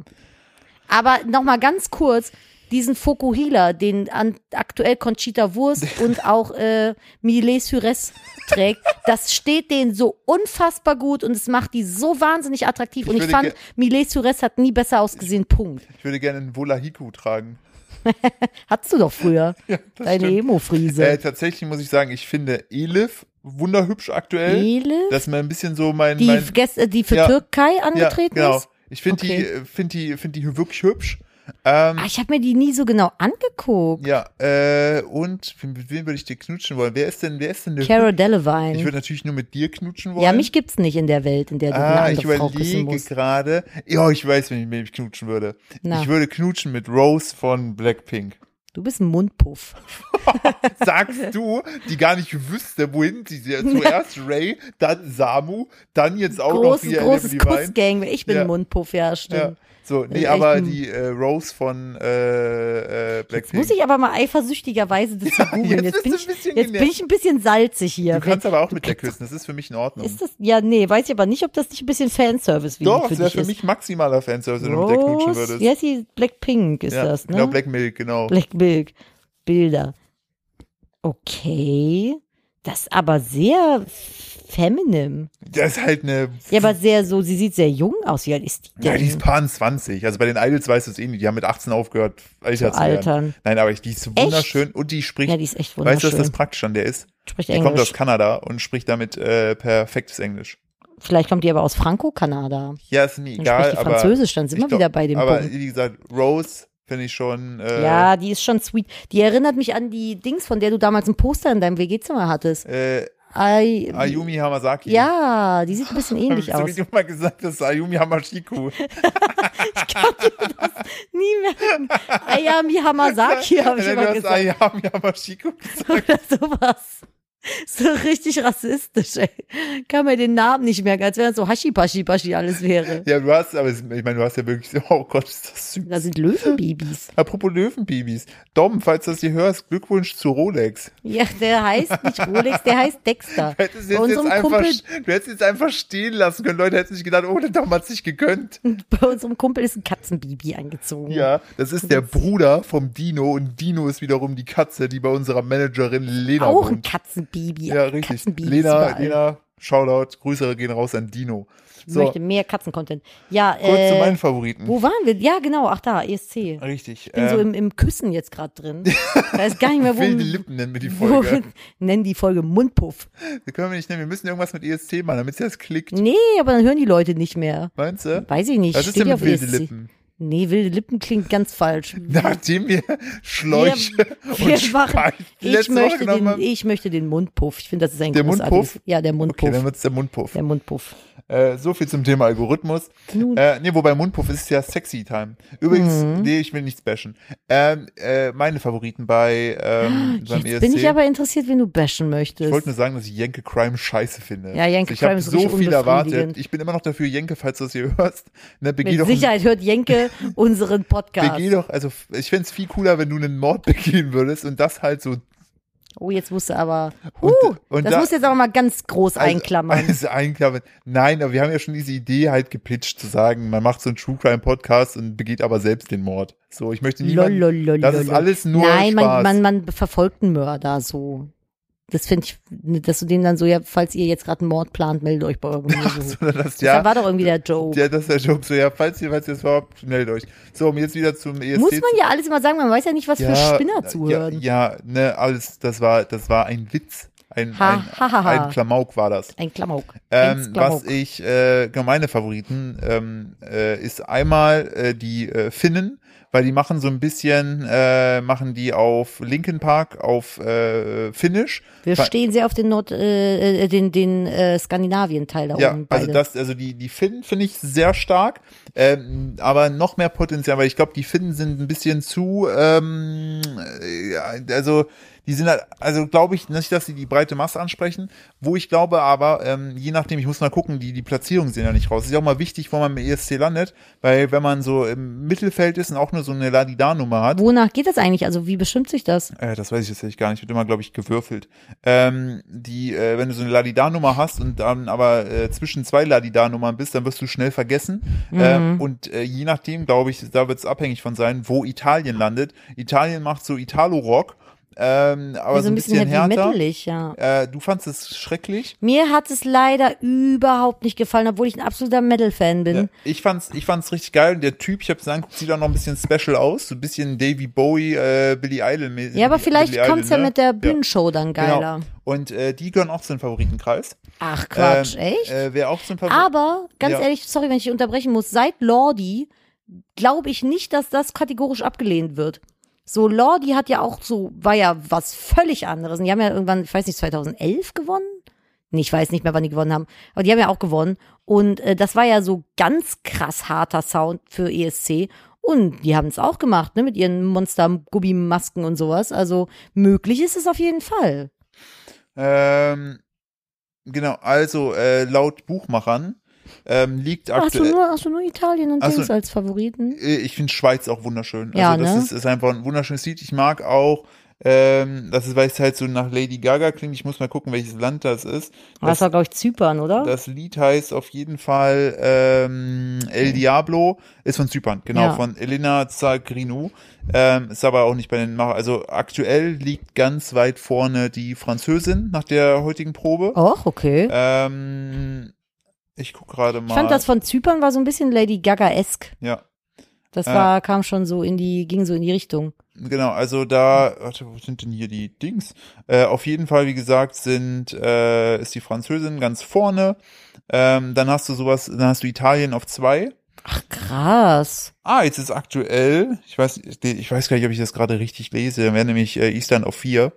Aber nochmal ganz kurz, diesen Fokuhila, den an, aktuell Conchita Wurst *laughs* und auch äh, Millet Sures trägt, das steht denen so unfassbar gut und es macht die so wahnsinnig attraktiv. Ich und ich würde fand, ge- Millet Sures hat nie besser ausgesehen, Punkt. Ich würde gerne einen Volahiku tragen. Hattest du doch früher, *laughs* das deine stimmt. Emo-Friese. Äh, tatsächlich muss ich sagen, ich finde Elif wunderhübsch aktuell. Elif? äh, Das ist mal ein bisschen so mein. die, mein gest- äh, die für Ja. Türkei angetreten genau. ist? Ich finde Okay. die, äh, find die, find die wirklich hübsch. Ähm, Ah, ich habe mir die nie so genau angeguckt. ja, äh, und mit wem würde ich dir knutschen wollen? Wer ist denn, wer ist denn der Cara Ich Delevingne. würde natürlich nur mit dir knutschen wollen. Ja, mich gibt's nicht in der Welt, in der du eine Ah, ich andere Frau küssen überlege musst. gerade. Ja, ich weiß, wenn ich mit wem ich knutschen würde. Na. Ich würde knutschen mit Rose von *laughs* Blackpink. Du bist ein Mundpuff. Sagst du, die gar nicht wüsste, wohin sie *laughs* zuerst Ray, dann Samu, dann jetzt *laughs* auch noch großes, hier großes Adam Levine. Kussgang. Ich bin Ja. Mundpuff, ja, Ja. stimmt. So, nee, echt aber ein- die äh, Rose von äh, äh, Jetzt Blackpink. muss ich aber mal eifersüchtigerweise das hier jetzt googeln. Jetzt, bin, bist ich, du ein bisschen jetzt bin genervt. ich ein bisschen salzig hier. du kannst Wenn- aber auch mit der küssen, das ist für mich in Ordnung. ist das, ja, nee, weiß ich aber nicht, ob das nicht ein bisschen Fanservice wieder Doch, für das wäre dich für ist. mich maximaler Fanservice, wenn du mit der knutschen Rose, würdest. wie heißt die? Blackpink ist ja, das, ne? Genau, Black Milk, genau. Black Milk. Bilder. Okay. Das ist aber sehr feminin. Das ist halt eine. Ja, aber sehr so, sie sieht sehr jung aus. Wie alt ist die denn? Ja, die ist paar 20. Also bei den Idols weißt du es eh nicht. Die haben mit 18 aufgehört, älter zu werden. altern. Nein, aber ich, die ist wunderschön und die spricht. Ja, die ist echt weißt du, wunderschön. was das praktisch an der ist? Spricht Die kommt aus Englisch. Kanada und spricht damit äh, perfektes Englisch. Vielleicht kommt die aber aus Franco-Kanada. Ja, ist mir Dann egal, spricht die aber. Französisch, dann sind ich wir glaub- wieder bei dem Aber Punkt. wie gesagt, Rose finde ich schon. Äh, Ja, die ist schon sweet. Die erinnert mich an die Dings, von der du damals ein Poster in deinem WG-Zimmer hattest. Äh, Ai, Ayumi Hamasaki. ja, die sieht ein bisschen ähnlich Hab aus. ich *laughs* so wie du mal gesagt hast, Ayumi *laughs* Hamashiku. Nie mehr. Ayami Hamasaki habe ich Nein, immer du hast gesagt. Ayami Hamashiku gesagt. *laughs* Oder sowas. So richtig rassistisch, ey. Kann mir den Namen nicht merken, als wäre das so Haschi-Paschi-Paschi alles wäre. Ja, du hast, aber es- ich meine, du hast ja wirklich so, oh Gott, ist das süß. Da sind Löwenbabys. Apropos Löwenbabys. Dom, falls du das hier hörst, Glückwunsch zu Rolex. Ja, der heißt nicht Rolex, der heißt Dexter. Du hättest, Bei jetzt, jetzt unserem einfach, Kumpel du hättest jetzt einfach stehen lassen können. Leute hätten sich gedacht, oh, der Dom hat sich gegönnt. *laughs* Bei unserem Kumpel ist ein Katzenbaby angezogen. Ja, das ist der Bruder vom Dino und Dino ist wiederum die Katze, die bei unserer Managerin Lena Auch ein wohnt. Katzenbaby. Ja, richtig. Katzenbabys Lena, überall. Lena, Shoutout, Grüße gehen raus an Dino. Ich So, möchte kurz mehr Katzencontent. Ja, zu äh, meinen Favoriten. wo waren wir? Ja, genau, ach da, ESC. Ich bin Richtig. so Ähm, im, im Küssen jetzt gerade drin. Da ist gar nicht mehr, wo, wilde Lippen nennen wir die *laughs* wo Folge. nennen die Folge Mundpuff. Das können wir nicht nehmen. Wir müssen irgendwas mit ESC machen, damit sie das klickt. Nee, aber dann hören die Leute nicht mehr. Meinst du? Weiß ich nicht. Was ist steht denn ja mit auf E wilde ESC. Lippen? Nee, wilde Lippen klingt ganz *laughs* falsch. Nachdem wir Schläuche und *laughs* Wir machen, Speich ich, letzte Woche möchte genommen den, haben. ich möchte den Mundpuff. Ich finde, das ist ein Der großartiges. Mundpuff? Ja, der Okay, Mundpuff. dann wird's der Mundpuff. der Mundpuff. Äh, so viel zum Thema Algorithmus. Nun. Mhm. Äh, nee, wobei Mundpuff ist ja sexy time. Übrigens, nee, ich will nichts bashen. Ähm, äh, meine Favoriten bei ähm, beim Ah, Jetzt ESC. bin ich aber interessiert, wen du bashen möchtest. ich wollte nur sagen, dass ich Jenke Crime scheiße finde. Ja, Jenke ich hab Crime ist so richtig viel erwartet. unbefriedigend. Ich bin immer noch dafür, Jenke, falls du das hier hörst. Ne, begeh Mit doch, Sicherheit *laughs* hört Jenke unseren Podcast. begeh doch, also ich fänd's viel cooler, wenn du einen Mord *laughs* begehen würdest und das halt so Oh, jetzt musst du aber. Und- Huh, und das da- musst du jetzt aber mal ganz groß einklammern. *laughs* Also einklammern. Nein, aber wir haben ja schon diese Idee halt gepitcht, zu sagen, man macht so einen True Crime Podcast und begeht aber selbst den Mord. So, ich möchte niemanden. Lololololol. das ist alles nur Nein, Spaß. *laughs* Man, man, man verfolgt einen Mörder so. Das finde ich, ne, dass du den dann so, ja, falls ihr jetzt gerade einen Mord plant, meldet euch bei *laughs* irgendwo. so. Sondern das, Da ja, war doch irgendwie der Joke. ja, das ist der E Joke. So, ja, falls ihr, falls ihr es überhaupt, meldet euch. So, um jetzt wieder zum ESC. Muss man ja alles immer sagen, man weiß ja nicht, was ja, für Spinner zuhören. Ja, ja, ne, alles, das war, das war ein Witz. Ein, Ha, ein, ha, ha, ha. ein Klamauk war das. Ein Klamauk. Ähm, Ein was Klamauk. ich, äh, genau meine Favoriten, ähm, äh, ist einmal äh, die äh, Finnen, weil die machen so ein bisschen, äh, machen die auf Linkin Park auf äh, Finnisch. Wir Ver- stehen sehr auf den Nord, äh, äh, den, den äh, Skandinavien-Teil da ja, oben. Beide. also das, also die, die Finnen finde ich sehr stark, ähm, aber noch mehr Potenzial, weil ich glaube, die Finnen sind ein bisschen zu, ähm, äh, also die sind halt, also glaube ich nicht, dass sie die breite Masse ansprechen, wo ich glaube aber, ähm, je nachdem, ich muss mal gucken, die, die Platzierungen sehen ja nicht raus. Ist ja auch mal wichtig, wo man mit ESC landet, weil wenn man so im Mittelfeld ist und auch nur so eine Ladida-Nummer hat, Wonach geht das eigentlich? Also wie bestimmt sich das? äh, das weiß ich jetzt echt gar nicht. Wird immer, glaube ich, gewürfelt. Ähm, die, äh, wenn du so eine Ladida-Nummer hast und dann aber äh, zwischen zwei Ladida-Nummern bist, dann wirst du schnell vergessen. Mhm. Ähm, und äh, je nachdem, glaube ich, da wird es abhängig von sein, wo Italien landet. Italien macht so Italo-Rock, ähm, aber so ein bisschen, härter. metalig, ja. Äh, du fandst es schrecklich. Mir hat es leider überhaupt nicht gefallen, obwohl ich ein absoluter Metal-Fan bin. Ja, ich fand's, ich fand's richtig geil. Und der Typ, ich hab's angeguckt, sieht auch noch ein bisschen special aus, so ein bisschen Davy Bowie, äh, Billy Idol. Ja, aber vielleicht kommt's ne? ja mit der Bühnenshow dann geiler. Genau. Und äh, die gehören auch zu den Favoritenkreis. Ach Quatsch, Ähm, echt? Äh, wer auch zum Favoriten. aber ganz ja. ehrlich, sorry, wenn ich dich unterbrechen muss, seit Lordi glaube ich nicht, dass das kategorisch abgelehnt wird. So, Lordi hat ja auch so, war ja was völlig anderes. Und die haben ja irgendwann, ich weiß nicht, 2011 gewonnen? Nee, ich weiß nicht mehr, wann die gewonnen haben. Aber die haben ja auch gewonnen. Und äh, das war ja so ganz krass harter Sound für ESC. Und die haben es auch gemacht, ne, mit ihren Monster-Gubbi-Masken und sowas. Also möglich ist es auf jeden Fall. Ähm, genau, also äh, laut Buchmachern ähm, liegt Hast du, aktuell. nur, hast du nur Italien und Ach so. Dings als Favoriten? Äh, Ich finde Schweiz auch wunderschön. Ja, also das ne? ist, ist einfach ein wunderschönes Lied. Ich mag auch, ähm, das ist, weil es halt so nach Lady Gaga klingt. Ich muss mal gucken, welches Land das ist. Aber Das Das, war, glaube ich, Zypern, oder? das Lied heißt auf jeden Fall ähm, El Diablo, ist von Zypern, genau, Hm. Ja. von Elena Zagrinou. Ähm, ist aber auch nicht bei den Macher. Also aktuell liegt ganz weit vorne die Französin nach der heutigen Probe. Och, okay. Ähm, ich guck gerade Äh, mal. ich fand das von Zypern war so ein bisschen Lady Gaga-esk. ja, Das Äh. war, kam schon so in die, ging so in die Richtung. genau. Also da, warte, wo sind denn hier die Dings? Äh, auf jeden Fall, wie gesagt, sind äh, ist die Französin ganz vorne. Ähm, dann hast du sowas, dann hast du Italien auf zwei. Ach, krass. Ah, jetzt ist aktuell. Ich weiß, ich weiß gar nicht, ob ich das gerade richtig lese. Dann wäre nämlich äh, Island auf vier.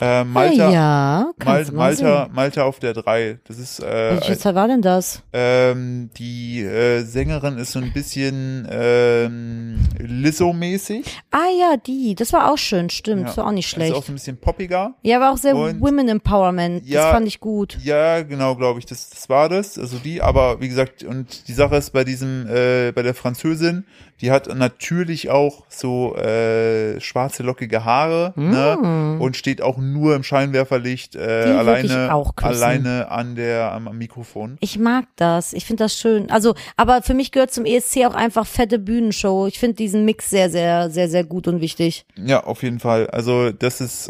Äh, Malta, Ah, ja, kannst Mal, du mal Malta, Malta auf der drei. Das ist sehen. äh, Welche Zahl war denn das? Ähm, die äh, Sängerin ist so ein bisschen ähm, Lizzo-mäßig. Ah ja, die. Das war auch schön, stimmt. Ja. Das war auch nicht Ist auch schlecht. so ein bisschen poppiger. Ja, war auch sehr Und- Women Empowerment. Ja. das fand ich gut. Ja, genau, glaube ich. Das, das war das. Also die, aber wie gesagt, und die Sache ist bei diesem, äh, bei der Französin, die hat natürlich auch so äh, schwarze, lockige Haare ne? und steht auch nur im Scheinwerferlicht äh, Mm. ich alleine, auch küssen. alleine an der, am, am Mikrofon. Ich mag das. Ich finde das schön. Also, aber für mich gehört zum ESC auch einfach fette Bühnenshow. Ich finde diesen Mix sehr, sehr, sehr, sehr gut und wichtig. Ja, auf jeden Fall. Also das ist,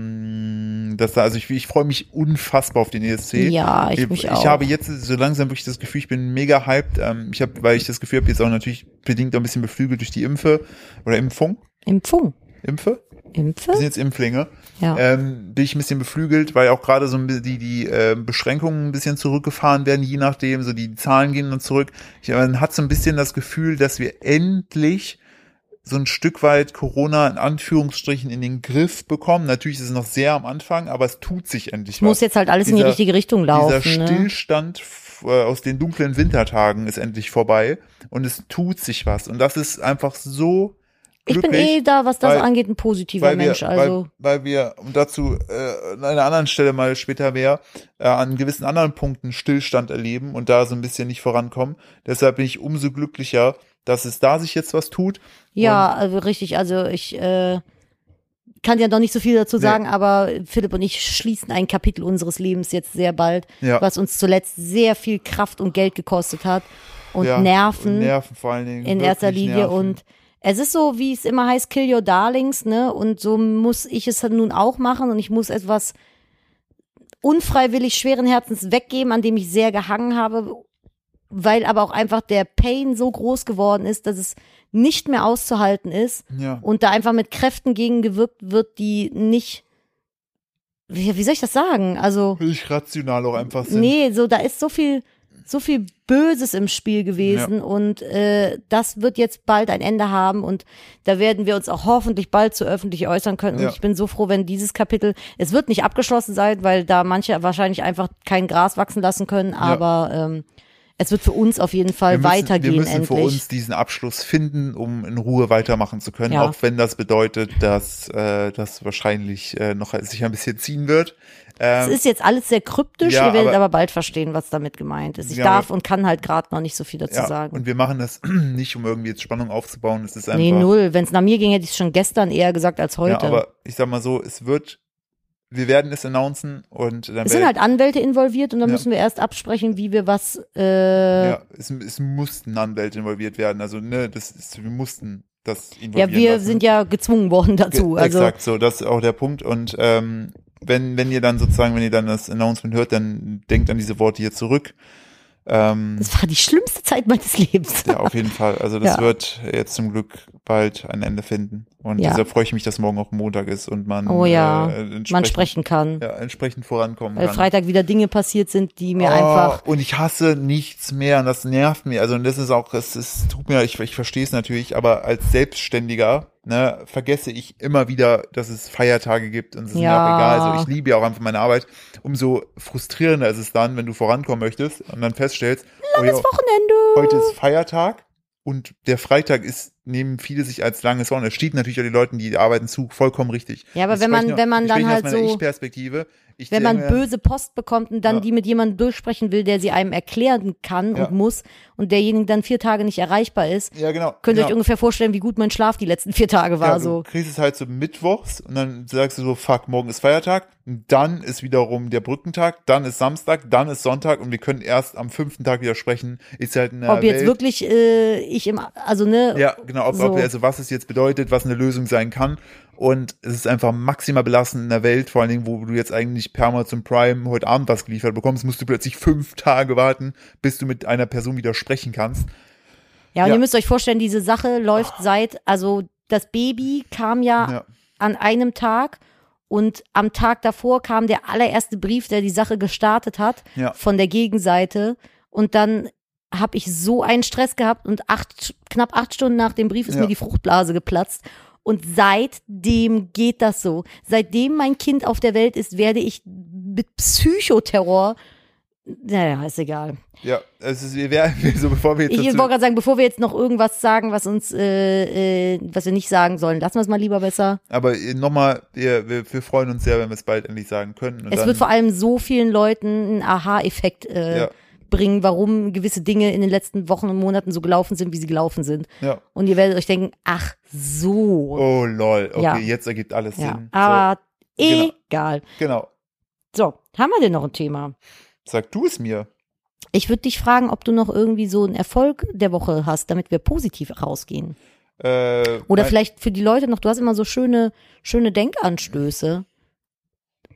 ähm, das da, also ich, ich freue mich unfassbar auf den ESC. Ja, ich mich auch. Ich habe jetzt so langsam wirklich das Gefühl, ich bin mega hyped. Ähm, ich habe, weil ich das Gefühl habe, jetzt auch natürlich bedingt auch ein bisschen beflügelt durch die Impfe oder Impfung, Impfung. Impfe. Wir Impfe? sind jetzt Impflinge. Ja. Ähm, bin ich ein bisschen beflügelt, weil auch gerade so ein bi- die, die äh, Beschränkungen ein bisschen zurückgefahren werden, je nachdem, so die Zahlen gehen dann zurück. Ich, man hat so ein bisschen das Gefühl, dass wir endlich so ein Stück weit Corona in Anführungsstrichen in den Griff bekommen. Natürlich ist es noch sehr am Anfang, aber es tut sich endlich Muss was. jetzt halt alles in die dieser- richtige Richtung Dieser laufen. Ne? Stillstand f- äh, aus den dunklen Wintertagen ist endlich vorbei und es tut sich was. Und das ist einfach so Ich bin glücklich eh da, was das weil- angeht, ein positiver Mensch. wir, also, weil, weil wir, und dazu äh, an einer anderen Stelle mal später mehr, äh, an gewissen anderen Punkten Stillstand erleben und da so ein bisschen nicht vorankommen. Deshalb bin ich umso glücklicher, dass es da sich jetzt was tut. ja, also richtig. Also ich äh, kann ja noch nicht so viel dazu Nee. sagen, aber Philipp und ich schließen ein Kapitel unseres Lebens jetzt sehr bald, Ja. was uns zuletzt sehr viel Kraft und Geld gekostet hat und ja, Nerven. und Nerven vor allen Dingen. in erster wirklich Linie Nerven. und es ist so, wie es immer heißt, kill your darlings, ne? Und so muss ich es nun auch machen und ich muss etwas unfreiwillig schweren Herzens weggeben, an dem ich sehr gehangen habe, weil aber auch einfach der Pain so groß geworden ist, dass es nicht mehr auszuhalten ist Ja. und da einfach mit Kräften gegengewirkt wird, die nicht, wie, wie soll ich das sagen? Also, Völlig rational auch einfach sind. Nee, so da ist so viel so viel Böses im Spiel gewesen und äh, das wird jetzt bald ein Ende haben und da werden wir uns auch hoffentlich bald zu öffentlich äußern können. Ja. Und ich bin so froh, wenn dieses Kapitel, es wird nicht abgeschlossen sein, weil da manche wahrscheinlich einfach kein Gras wachsen lassen können, aber ähm, es wird für uns auf jeden Fall wir müssen, weitergehen wir müssen endlich. für uns diesen Abschluss finden, um in Ruhe weitermachen zu können, Ja. auch wenn das bedeutet, dass äh, das wahrscheinlich äh, noch sich ein bisschen ziehen wird. es ist jetzt alles sehr kryptisch, ähm, Ja, ihr werdet aber- aber, bald verstehen, was damit gemeint ist. Ich Ja, darf aber- und kann halt gerade noch nicht so viel dazu sagen. Und wir machen das *clears throat* nicht, um irgendwie jetzt Spannung aufzubauen. Es ist einfach. Nee, null. Wenn es nach mir ging, hätte ich es schon gestern eher gesagt als heute. Ja, aber ich sag mal so, es wird, wir werden es announcen und dann Es sind werd- halt Anwälte involviert und dann Ja. müssen wir erst absprechen, wie wir was. Äh, ja, ja, es, es mussten Anwälte involviert werden. Also, ne, das ist, wir mussten das involvieren. ja, wir lassen. sind ja gezwungen worden dazu. Ge- also Exakt, so, das ist auch der Punkt. Und ähm, wenn, wenn ihr dann sozusagen, wenn ihr dann das Announcement hört, dann denkt an diese Worte hier zurück. Ähm, das war die schlimmste Zeit meines Lebens. ja, auf jeden Fall. Also das Ja. wird jetzt zum Glück bald ein Ende finden. Und Ja. deshalb freue ich mich, dass morgen auch Montag ist und man, Oh ja, äh, *laughs* entsprechend, Man sprechen kann, ja, entsprechend vorankommen weil kann. Freitag wieder Dinge passiert sind, die mir Oh, einfach. Und ich hasse nichts mehr und das nervt mir. Also und das ist auch, es ist, tut mir, ich, ich verstehe es natürlich, aber als Selbstständiger ne, vergesse ich immer wieder, dass es Feiertage gibt und es ist mir Ja. auch egal. Also ich liebe ja auch einfach meine Arbeit. Umso frustrierender ist es dann, wenn du vorankommen möchtest und dann feststellst, oh ja, Wochenende. heute ist Feiertag und der Freitag ist nehmen viele sich als langes Horn. Das steht natürlich auch den Leuten, die arbeiten zu, vollkommen richtig. Ja, aber Ich wenn man- spreche nur- wenn man ich dann spreche nur halt aus meiner so- Ich-Perspektive. Ich Wenn denke man mir, böse Post bekommt und dann Ja. die mit jemandem durchsprechen will, der sie einem erklären kann Ja. und muss und derjenige dann vier Tage nicht erreichbar ist, Ja, genau. könnt ihr genau. euch ungefähr vorstellen, wie gut mein Schlaf die letzten vier Tage war. Also, Ja, so. Du kriegst es halt so mittwochs und dann sagst du so, fuck, morgen ist Feiertag. Und dann ist wiederum der Brückentag, dann ist Samstag, dann ist Sonntag und wir können erst am fünften Tag wieder sprechen. Ist halt eine Ob jetzt Welt- wirklich äh, ich im, also ne, Ja, genau, ob, so. ob, also was es jetzt bedeutet, was eine Lösung sein kann. Und es ist einfach maximal belastend in der Welt, vor allen Dingen, wo du jetzt eigentlich per Amazon Prime heute Abend was geliefert bekommst, musst du plötzlich fünf *laughs* Tage warten, bis du mit einer Person wieder sprechen kannst. Ja, und Ja. Ah. ihr müsst euch vorstellen, diese Sache läuft seit, also das Baby kam ja, Ja. an einem Tag und am Tag davor kam der allererste Brief, der die Sache gestartet hat, Ja. von der Gegenseite. Und dann habe ich so einen Stress gehabt und acht, knapp acht Stunden nach dem Brief ist Ja. mir die Fruchtblase geplatzt. Und seitdem geht das so. Seitdem mein Kind auf der Welt ist, werde ich mit Psychoterror. Naja, ist egal. Ja, es ist, wir werden, *laughs* so bevor wir jetzt Ich wollte dazu- gerade sagen, bevor wir jetzt noch irgendwas sagen, was uns, äh, äh, was wir nicht sagen sollen, lassen wir es mal lieber besser. Aber äh, nochmal, wir, wir, wir freuen uns sehr, wenn wir es bald endlich sagen können. Und es dann, wird vor allem so vielen Leuten einen Aha-Effekt äh, Ja. bringen, warum gewisse Dinge in den letzten Wochen und Monaten so gelaufen sind, wie sie gelaufen sind. ja. Und ihr werdet euch denken, ach so. Oh lol, okay, Ja. jetzt ergibt alles ja, Ah. Sinn. aber Genau. egal. so, genau. So, haben wir denn noch ein Thema? Sag du es mir. Ich würde dich fragen, ob du noch irgendwie so einen Erfolg der Woche hast, damit wir positiv rausgehen. Äh, Oder mein- vielleicht für die Leute noch, du hast immer so schöne, schöne Denkanstöße.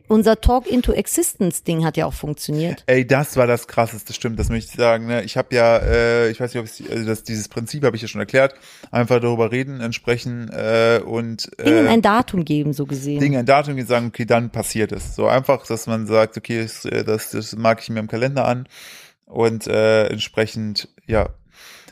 Unser Talk into Existence Ding hat ja auch funktioniert. Ey, das war das krasseste, stimmt, das möchte ich sagen. Ne? Ich habe ja, äh, ich weiß nicht, ob ich, also das, dieses Prinzip habe ich ja schon erklärt, einfach darüber reden, entsprechen äh, und Dingen äh, ein Datum geben, so gesehen. Dinge ein Datum geben, sagen, okay, dann passiert es. So einfach, dass man sagt, okay, das, äh, das, das mag ich mir im Kalender an und äh, entsprechend, ja,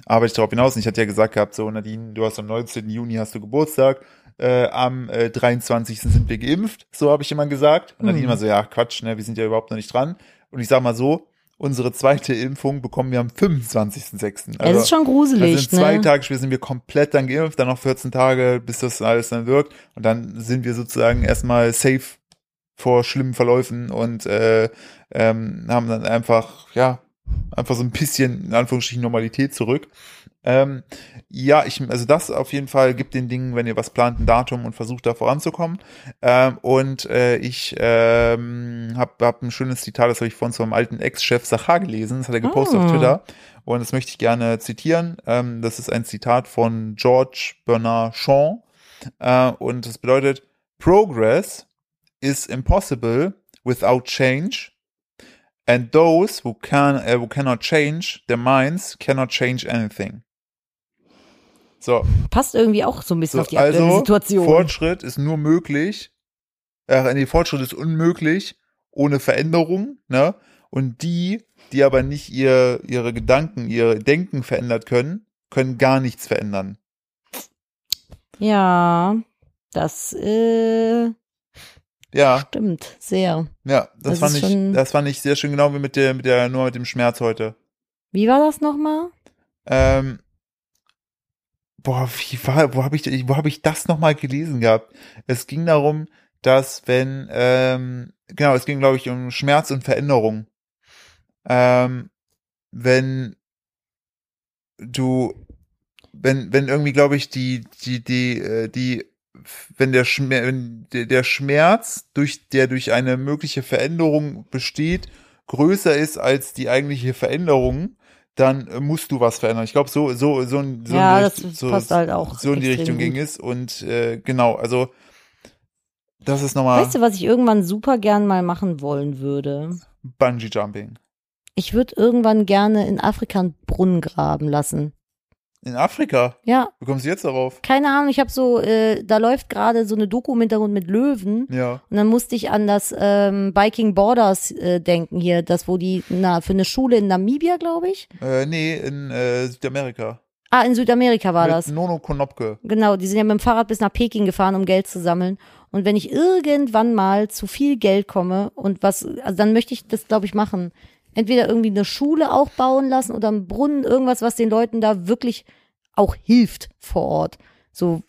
arbeite ich darauf hinaus. Und ich hatte ja gesagt gehabt, so Nadine, du hast am 19. Juni hast du Geburtstag, äh, am äh, 23. sind wir geimpft, so habe ich immer gesagt. Und Nadine Mhm. immer so, ja, Quatsch, ne, wir sind ja überhaupt noch nicht dran. Und ich sag mal so, unsere zweite Impfung bekommen wir am 25.06. es ist schon gruselig, Also in zwei ne? Tagen später sind wir komplett dann geimpft, dann noch 14 Tage, bis das alles dann wirkt. Und dann sind wir sozusagen erstmal safe vor schlimmen Verläufen und äh, ähm, haben dann einfach, ja, einfach so ein bisschen, in Anführungsstrichen, Normalität zurück. Ähm, ja, ich, also das auf jeden Fall gibt den Dingen, wenn ihr was plant, ein Datum und versucht da voranzukommen. Ähm, und äh, ich ähm, habe hab ein schönes Zitat, das habe ich von unserem alten Ex-Chef Sachar gelesen, das hat er gepostet auf Ah. Twitter. Und das möchte ich gerne zitieren. Ähm, das ist ein Zitat von George Bernard Shaw. Äh, und das bedeutet, Progress is impossible without change. And those who, can, äh, who cannot change their minds cannot change anything. So, Passt irgendwie auch so ein bisschen so auf die aktuelle also Situation. Fortschritt ist nur möglich, äh, nee, Fortschritt ist unmöglich ohne Veränderung, ne? Und die, die aber nicht ihr, ihre Gedanken, ihr Denken verändert können, können gar nichts verändern. ja, das äh, Ja, stimmt sehr. ja, das, Das fand ist ich, schon- das fand ich sehr schön, genau wie mit der, mit der, nur mit dem Schmerz heute. Wie war das nochmal? Ähm, boah, wie war, wo habe ich, wo habe ich das nochmal gelesen gehabt? Es ging darum, dass wenn, ähm, genau, es ging, glaube ich, um Schmerz und Veränderung. Ähm, wenn du, wenn, wenn irgendwie, glaube ich, die, die, die, äh, die, wenn der Schmerz, wenn der- der Schmerz, durch, der durch eine mögliche Veränderung besteht, größer ist als die eigentliche Veränderung, dann äh, musst du was verändern. Ich glaube, so, so, so, in- so, in ja, die das Richt- so, passt halt auch. so in die extrem Richtung gut. ging es. Und äh, genau, also das ist nochmal Weißt du, was ich irgendwann super gern mal machen wollen würde? Bungee Jumping. Ich würde irgendwann gerne in Afrika einen Brunnen graben lassen. In Afrika. Ja, Wie kommst du jetzt darauf? keine Ahnung, ich habe so, äh, da läuft gerade so eine Doku im Hintergrund mit Löwen. Ja. Und dann musste ich an das ähm, Biking Borders äh, denken hier, das wo die, na, für eine Schule in Namibia, glaube ich. Äh, nee, in äh, Südamerika. Ah, in Südamerika war Mit das. Nono Konopke. Genau, die sind ja mit dem Fahrrad bis nach Peking gefahren, um Geld zu sammeln. Und wenn ich irgendwann mal zu viel Geld komme und was, also dann möchte ich das, glaube ich, machen. Entweder irgendwie eine Schule auch bauen lassen oder einen Brunnen, irgendwas, was den Leuten da wirklich auch hilft vor Ort. So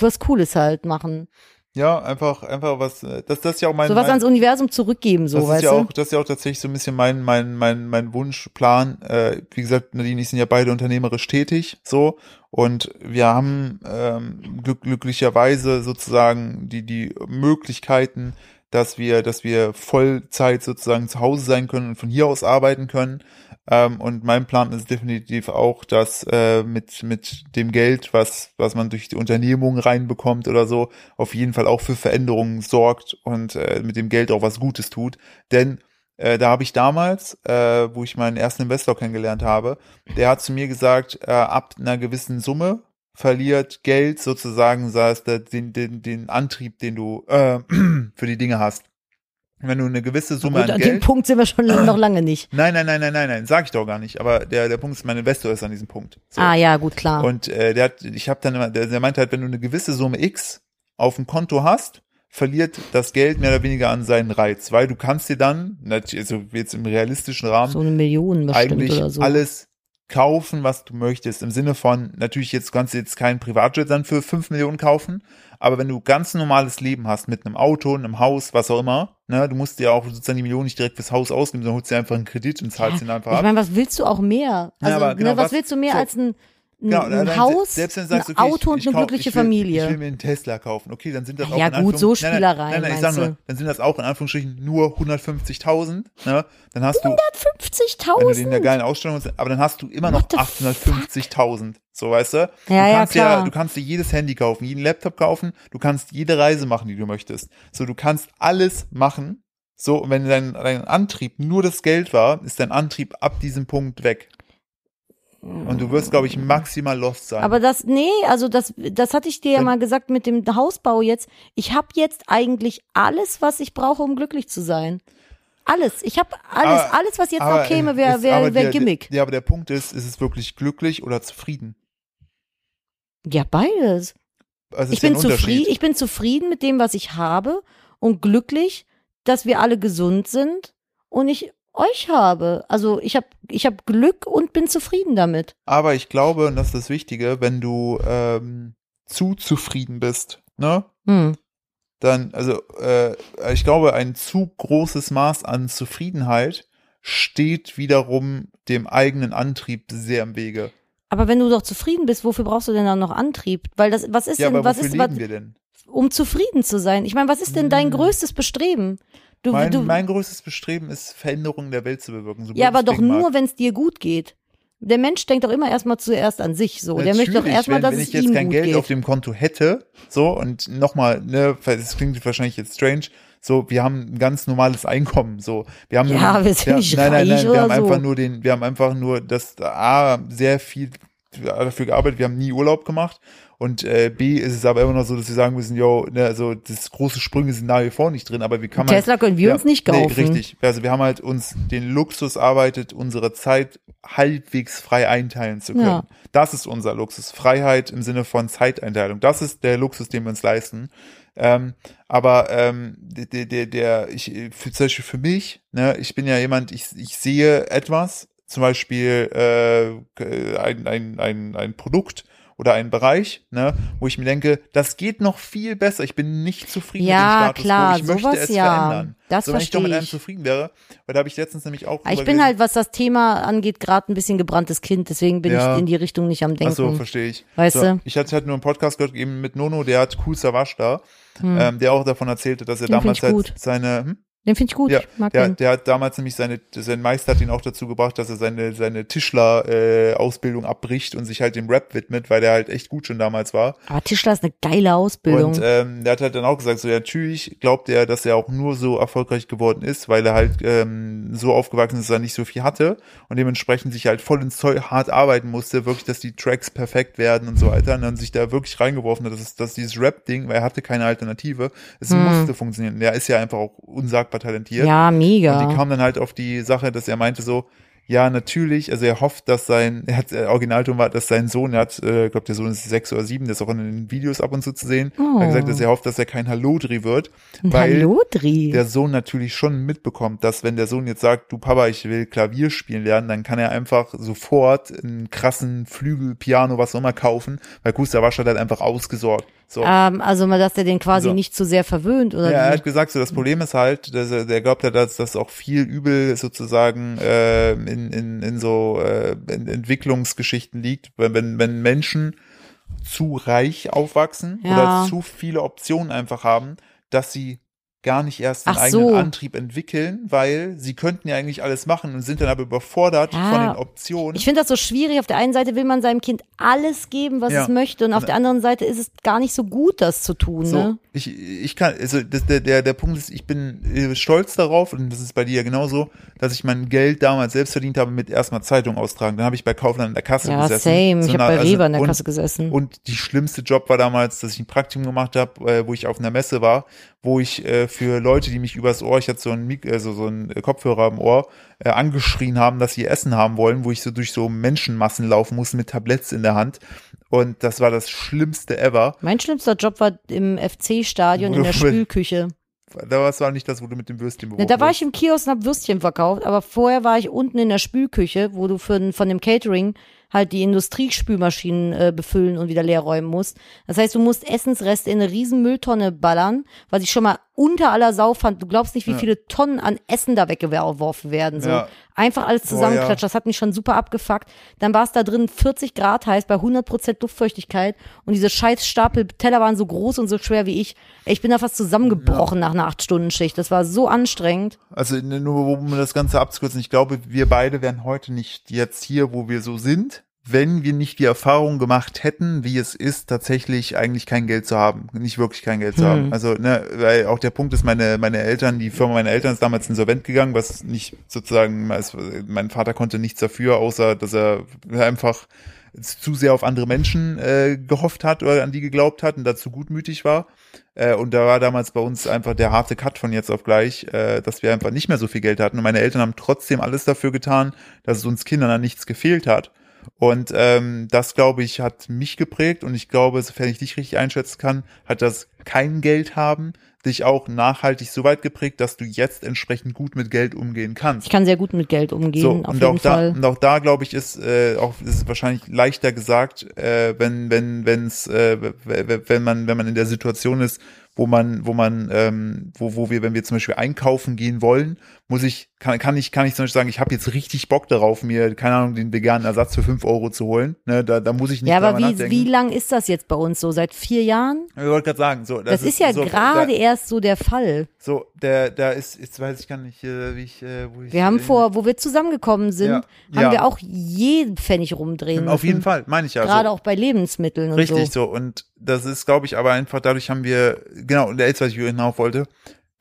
was Cooles halt machen. Ja, einfach, einfach was, äh, das, das ist ja auch mein, so was mein ans Universum zurückgeben, so, das ist weißt ja du? auch, das ist ja auch tatsächlich so ein bisschen mein, mein, mein, mein Wunschplan. Äh, wie gesagt, Nadine und ich sind ja beide unternehmerisch tätig, so. Und wir haben ähm, glück, glücklicherweise sozusagen die, die Möglichkeiten, dass wir, dass wir Vollzeit sozusagen zu Hause sein können und von hier aus arbeiten können. Ähm, und mein Plan ist definitiv auch, dass äh, mit, mit dem Geld, was, was man durch die Unternehmung reinbekommt oder so, auf jeden Fall auch für Veränderungen sorgt und äh, mit dem Geld auch was Gutes tut. Denn äh, da habe ich damals, äh, wo ich meinen ersten Investor kennengelernt habe, der hat zu mir gesagt, äh, ab einer gewissen Summe verliert Geld sozusagen sei es der, den, den, den Antrieb, den du äh, *clears throat* für die Dinge hast. Wenn du eine gewisse Summe Gut, an an Geld dem Punkt sind wir *clears throat* schon lang- noch lange nicht. Nein, nein, nein, nein, nein, nein, sag ich doch gar nicht. Aber der, der Punkt ist, mein Investor ist an diesem Punkt. So. Ah ja, gut, klar. Und äh, der hat, ich habe dann immer, der, der meinte halt, wenn du eine gewisse Summe X auf dem Konto hast, verliert das Geld mehr oder weniger an seinen Reiz, weil du kannst dir dann, nat- also jetzt im realistischen Rahmen, so eine Million bestimmt eigentlich oder so. alles kaufen, was du möchtest. Im Sinne von, natürlich jetzt kannst du jetzt keinen Privatjet dann für 5 Millionen kaufen, aber wenn du ganz normales Leben hast mit einem Auto, einem Haus, was auch immer, ne, du musst dir auch sozusagen die Millionen nicht direkt fürs Haus ausgeben, sondern holst dir einfach einen Kredit und zahlst ihn einfach ich ab. meine, was willst du auch mehr? Ja, Also, aber genau, ne, was, was- willst du mehr so. als ein, ein, Genau, ein dann- Haus, selbst wenn du sagst, ein okay, ich- Auto und ich eine kauf- glückliche ich will, Familie? Ich will mir einen Tesla kaufen. Okay, dann sind das Ah, auch ja, in gut, so Anführungs- nein, nein, Spielereien, Nein, nein, ich meinst sag nur, du? dann sind das auch in Anführungsstrichen nur 150.000, ne? Dann hast du wenn du den in der 50.000? geilen Ausstellung hast, aber dann hast du immer noch Oh, What the 850.000, so weißt du? du Ja, ja, kannst klar. du kannst dir jedes Handy kaufen, jeden Laptop kaufen, du kannst jede Reise machen, die du möchtest. So, du kannst alles machen. So, und wenn dein, dein Antrieb nur das Geld war, ist dein Antrieb ab diesem Punkt weg. Und du wirst, glaube ich, maximal lost sein. Aber das, nee, also das, das hatte ich dir ja Wenn- mal gesagt mit dem Hausbau jetzt. Ich habe jetzt eigentlich alles, was ich brauche, um glücklich zu sein. Alles. Ich habe alles, Aber- alles, was jetzt Aber, noch käme, äh, wäre ist- wär, aber wär der- Gimmick. der- Ja, aber der Punkt ist, ist es wirklich glücklich oder zufrieden? ja, beides. Also es ist Ich ja bin, ein Unterschied. zufrieden, ich bin zufrieden mit dem, was ich habe und glücklich, dass wir alle gesund sind und ich euch habe. Also ich habe ich hab Glück und bin zufrieden damit. Aber ich glaube, und das ist das Wichtige, wenn du ähm, zu zufrieden bist, ne? Hm. Dann, also äh, ich glaube, ein zu großes Maß an Zufriedenheit steht wiederum dem eigenen Antrieb sehr im Wege. Aber wenn du doch zufrieden bist, wofür brauchst du denn dann noch Antrieb? Weil das, was ist ja, denn, aber was wofür ist, was, leben wir denn? um zufrieden zu sein? Ich meine, was ist denn dein Hm. größtes Bestreben? Du, mein, du, mein größtes Bestreben ist, Veränderungen der Welt zu bewirken. So blöd ja, aber es doch klingen mag. nur, wenn es dir gut geht. Der Mensch denkt doch immer erstmal zuerst an sich so. Der möchte doch Natürlich, erstmal, wenn, dass wenn es ich jetzt ihm kein gut Geld geht. auf dem Konto hätte, so und nochmal, ne, weil es klingt wahrscheinlich jetzt strange, so wir haben ein ganz normales Einkommen, so wir haben Ja, nur, wir sind wir, nicht nein, nein, reich nein, wir oder haben einfach so. nur den, wir haben einfach nur das A sehr viel dafür gearbeitet, wir haben nie Urlaub gemacht und äh, B ist es aber immer noch so, dass wir sagen müssen, yo, ne, also das große Sprünge sind nach wie vor nicht drin, aber wie kann halt man Tesla können wir uns nicht kaufen. Nee, richtig. Also wir haben halt uns den Luxus arbeitet, unsere Zeit halbwegs frei einteilen zu können. Ja. Das ist unser Luxus. Freiheit im Sinne von Zeiteinteilung. Das ist der Luxus, den wir uns leisten. Ähm, aber ähm, der, der, der, ich, äh, für, zum Beispiel für mich, ne, ich bin ja jemand, ich, ich sehe etwas, zum Beispiel äh, äh, ein, ein, ein, ein Produkt oder einen Bereich, ne, wo ich mir denke, das geht noch viel besser. Ich bin nicht zufrieden Ja, mit dem Status klar, quo. Ich möchte sowas es ja. verändern. Das so, wenn ich doch mit verstehe einem ich. zufrieden wäre, weil da habe ich letztens nämlich auch Ah, drüber Ich bin gelesen. halt, was das Thema angeht, gerade ein bisschen gebranntes Kind, deswegen bin Ja. ich in die Richtung nicht am Denken. Ach so, verstehe ich. halt Weißt so, du? Ich hatte halt nur einen Podcast gehört eben mit Nono, der hat Cool Savage da, ähm, der auch davon erzählte, dass er Mhm. Den damals find ich halt seine, hm? Hm. den finde ich gut, ja, ich mag der, den. der hat damals nämlich seine, sein Meister hat ihn auch dazu gebracht, dass er seine, seine Tischler-Ausbildung äh, Ausbildung abbricht und sich halt dem Rap widmet, weil der halt echt gut schon damals war. Aber Tischler ist eine geile Ausbildung. Und ähm, der hat halt dann auch gesagt, so ja, natürlich glaubt er, dass er auch nur so erfolgreich geworden ist, weil er halt ähm, so aufgewachsen ist, dass er nicht so viel hatte und dementsprechend sich halt voll ins Zeug hart arbeiten musste, wirklich, dass die Tracks perfekt werden und so weiter und dann sich da wirklich reingeworfen hat, dass, es- dass dieses Rap-Ding, weil er hatte keine Alternative, es musste funktionieren. Der ist ja einfach auch unsagbar talentiert. ja, Und die mega. kam dann halt auf die Sache, dass er meinte so, ja, natürlich, also er hofft, dass sein, er hat, der Originalton war, dass sein Sohn, er hat, äh, ich glaube, der Sohn ist sechs oder sieben, der ist auch in den Videos ab und zu zu sehen, Oh. hat gesagt, dass er hofft, dass er kein Hallodri wird, Ein weil Hallodri. der Sohn natürlich schon mitbekommt, dass wenn der Sohn jetzt sagt, du Papa, ich will Klavier spielen lernen, dann kann er einfach sofort einen krassen Flügel, Piano, was auch immer kaufen, weil Gustav Wasch hat halt einfach ausgesorgt. So. Ähm, also mal, dass der den quasi So. nicht zu sehr verwöhnt oder Ja, er wie? hat gesagt, so das Problem ist halt, dass er, der glaubt ja, dass das auch viel übel sozusagen äh, in, in, in so äh, in Entwicklungsgeschichten liegt, wenn, wenn, wenn Menschen zu reich aufwachsen Ja. oder zu viele Optionen einfach haben, dass sie gar nicht erst den Ach eigenen so. Antrieb entwickeln, weil sie könnten ja eigentlich alles machen und sind dann aber überfordert Ja. von den Optionen. Ich finde das so schwierig. Auf der einen Seite will man seinem Kind alles geben, was Ja. es möchte, und auf der anderen Seite ist es gar nicht so gut, das zu tun. So, ne? ich, ich kann, also das, der, der, der Punkt ist, ich bin äh, stolz darauf, und das ist bei dir ja genauso, dass ich mein Geld damals selbst verdient habe mit erstmal Zeitung austragen. Dann habe ich bei Kaufland in der Kasse Ja, gesessen. same. So ich nah- habe bei also- Rewe an der und, Kasse gesessen. Und die schlimmste Job war damals, dass ich ein Praktikum gemacht habe, äh, wo ich auf einer Messe war, wo ich äh, für Leute, die mich übers Ohr, ich hatte so einen, Mik also so einen Kopfhörer im Ohr, äh, angeschrien haben, dass sie Essen haben wollen, wo ich so durch so Menschenmassen laufen musste mit Tabletts in der Hand. Und das war das Schlimmste ever. mein schlimmster Job war im FC-Stadion in der Wofür? Spülküche. Das war nicht das, wo du mit dem Würstchen Ne, beworben da war wurdest. ich im Kiosk und hab Würstchen verkauft, aber vorher war ich unten in der Spülküche, wo du für, ein- von dem Catering halt die Industriespülmaschinen äh, befüllen und wieder leer räumen musst. Das heißt, du musst Essensreste in eine riesen Mülltonne ballern, was ich schon mal unter aller Sau fand. Du glaubst nicht, wie viele Tonnen an Essen da weggeworfen werden. So. Ja. Einfach alles zusammenklatscht. ja. Das hat mich schon super abgefuckt. Dann war es da drin 40 Grad heiß bei 100% Luftfeuchtigkeit und diese scheiß Stapel Teller waren so groß und so schwer wie ich. Ey, Ich bin da fast zusammengebrochen nach einer 8-Stunden-Schicht. Das war so anstrengend. Also ne, nur um das Ganze abzukürzen, ich glaube, wir beide wären heute nicht jetzt hier, wo wir so sind, wenn wir nicht die Erfahrung gemacht hätten, wie es ist, tatsächlich eigentlich kein Geld zu haben, nicht wirklich kein Hm. Geld zu haben. Also ne, weil auch der Punkt ist, meine meine Eltern, die Firma meiner Eltern ist damals insolvent gegangen, was nicht sozusagen, es- mein Vater konnte nichts dafür, außer dass er einfach zu sehr auf andere Menschen äh, gehofft hat oder an die geglaubt hat und dazu gutmütig war. Äh, und da war damals bei uns einfach der harte Cut von jetzt auf gleich, äh, dass wir einfach nicht mehr so viel Geld hatten. Und meine Eltern haben trotzdem alles dafür getan, dass es uns Kindern an nichts gefehlt hat. Und ähm, das, glaube ich, hat mich geprägt. Und ich glaube, sofern ich dich richtig einschätzen kann, hat das kein Geld haben dich auch nachhaltig so weit geprägt, dass du jetzt entsprechend gut mit Geld umgehen kannst. Ich kann sehr gut mit Geld umgehen, So, auf und, jeden auch da, Fall. und auch da, glaube ich, ist äh, auch ist es wahrscheinlich leichter gesagt, äh, wenn wenn wenn's, äh, w- w- wenn man wenn man in der Situation ist, wo man wo man ähm, wo wo wir wenn wir zum Beispiel einkaufen gehen wollen, muss ich kann kann ich kann ich zum Beispiel sagen, ich habe jetzt richtig Bock darauf, mir keine Ahnung den veganen Ersatz für 5 Euro zu holen. Ne, da da muss ich nicht Ja, aber drüber wie, nachdenken. wie lang ist das jetzt bei uns so? Seit vier Jahren? ich wollte gerade sagen, so Das, ist, ja so, gerade da- erst so der Fall. so der da ist jetzt weiß ich gar nicht, äh, wie ich äh, wo ich Wir haben äh, vor, wo wir zusammengekommen sind, Ja. haben Ja. wir auch jeden Pfennig rumdrehen auf jeden müssen. Fall, meine ich ja. so. Gerade auch bei Lebensmitteln und Richtig so. so. Und das ist, glaube ich, aber einfach dadurch haben wir, genau, und jetzt, was ich hinauf wollte,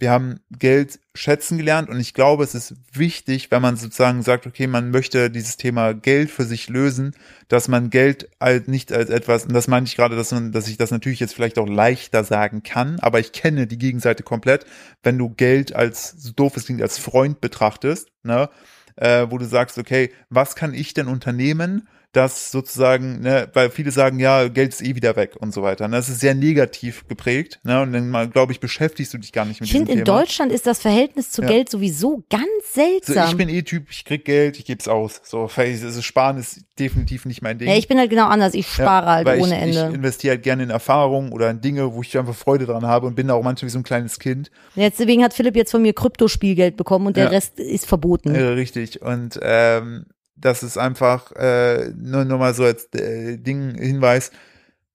wir haben Geld schätzen gelernt und ich glaube, es ist wichtig, wenn man sozusagen sagt, okay, man möchte dieses Thema Geld für sich lösen, dass man Geld halt nicht als etwas, und das meine ich gerade, dass man, dass ich das natürlich jetzt vielleicht auch leichter sagen kann, aber ich kenne die Gegenseite komplett, wenn du Geld als, so doof es klingt, als Freund betrachtest, ne, äh, wo du sagst, okay, was kann ich denn unternehmen, dass sozusagen, ne, weil viele sagen, ja, Geld ist eh wieder weg und so weiter. Ne? Das ist sehr negativ geprägt, ne? Und dann, glaube ich, beschäftigst du dich gar nicht mit Ich finde, in diesem Thema. Deutschland ist das Verhältnis zu Ja. Geld sowieso ganz So, seltsam. ich bin eh Typ, ich krieg Geld, ich geb's aus. So, fertig. also Sparen ist definitiv nicht mein Ding. ja, ich bin halt genau anders. Ich Ja, spare halt weil ohne ich, Ich Ende. investiere halt gerne in Erfahrungen oder in Dinge, wo ich einfach Freude dran habe und bin da auch manchmal wie so ein kleines Kind. Und jetzt, deswegen hat Philipp jetzt von mir Kryptospielgeld bekommen und Ja. der Rest ist verboten. Äh, richtig. Und ähm, das ist einfach äh, nur, nur mal so als äh, Ding Hinweis.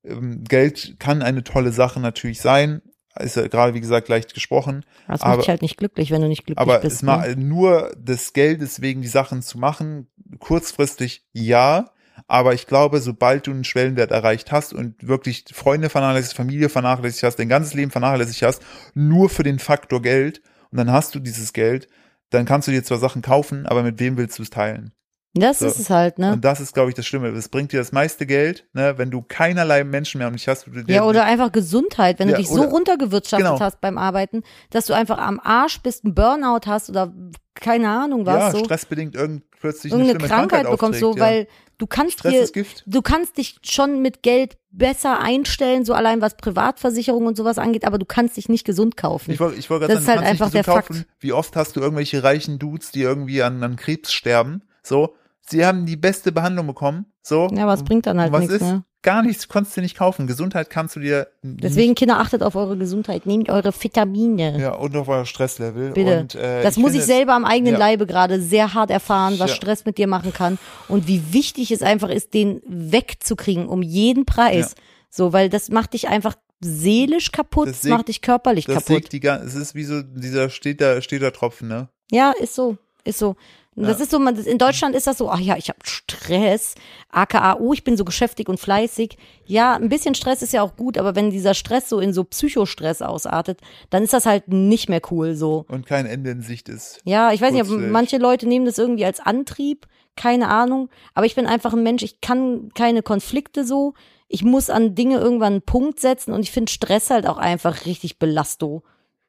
Ähm, Geld kann eine tolle Sache natürlich sein. Ist ja gerade, wie gesagt, leicht gesprochen. Das macht aber- dich halt nicht glücklich, wenn du nicht glücklich Aber bist. es halt mal ne? nur des Geldes wegen die Sachen zu machen, kurzfristig ja. Aber ich glaube, sobald du einen Schwellenwert erreicht hast und wirklich Freunde vernachlässigt, Familie vernachlässigt hast, dein ganzes Leben vernachlässigt hast, nur für den Faktor Geld und dann hast du dieses Geld, dann kannst du dir zwar Sachen kaufen, aber mit wem willst du es teilen? Das so. ist es halt, ne? Und das ist, glaube ich, das Schlimme. Es bringt dir das meiste Geld, ne, wenn du keinerlei Menschen mehr um dich hast. Ja, oder einfach Gesundheit, wenn Ja, du dich so oder- runtergewirtschaftet genau. hast beim Arbeiten, dass du einfach am Arsch bist, einen Burnout hast oder keine Ahnung was ja, so. stressbedingt irgend plötzlich eine irgendeine schlimme Krankheit, Krankheit bekommst, so, aufträgt, ja. weil du kannst Stress dir, ist Gift. du kannst dich schon mit Geld besser einstellen, so allein was Privatversicherung und sowas angeht, aber du kannst dich nicht gesund kaufen. Ich wollte ich wollt gerade Das sagen, ist halt du kannst einfach dich gesund der kaufen. Wie oft hast du irgendwelche reichen Dudes, die irgendwie an, an Krebs sterben? So, sie haben die beste Behandlung bekommen. So, ja, aber es bringt dann halt was nichts, ist? ne? Gar nichts, konntest du nicht kaufen. Gesundheit kannst du dir Deswegen, Kinder, achtet auf eure Gesundheit, nehmt eure Vitamine. Ja, und auf euer Stresslevel. Bitte. Und, äh, das muss ich finde, selber am eigenen ja. Leibe gerade sehr hart erfahren, was Ja. Stress mit dir machen kann und wie wichtig es einfach ist, den wegzukriegen um jeden Preis. So, weil das macht dich einfach seelisch kaputt, Das das sägt- macht dich körperlich Das kaputt. sägt die ganze, es ist wie so dieser steter, steter Tropfen, ne? Ja, ist so, ist so. Und Das Ja. ist so, man, in Deutschland ist das so, ach ja, ich habe Stress, aka, oh, ich bin so geschäftig und fleißig. Ja, ein bisschen Stress ist ja auch gut, aber wenn dieser Stress so in so Psychostress ausartet, dann ist das halt nicht mehr cool so. Und kein Ende in Sicht ist. Ja, ich weiß nicht, ob Kurzweg. manche Leute nehmen das irgendwie als Antrieb, keine Ahnung. Aber ich bin einfach ein Mensch, ich kann keine Konflikte so. Ich muss an Dinge irgendwann einen Punkt setzen und ich finde Stress halt auch einfach richtig belasto.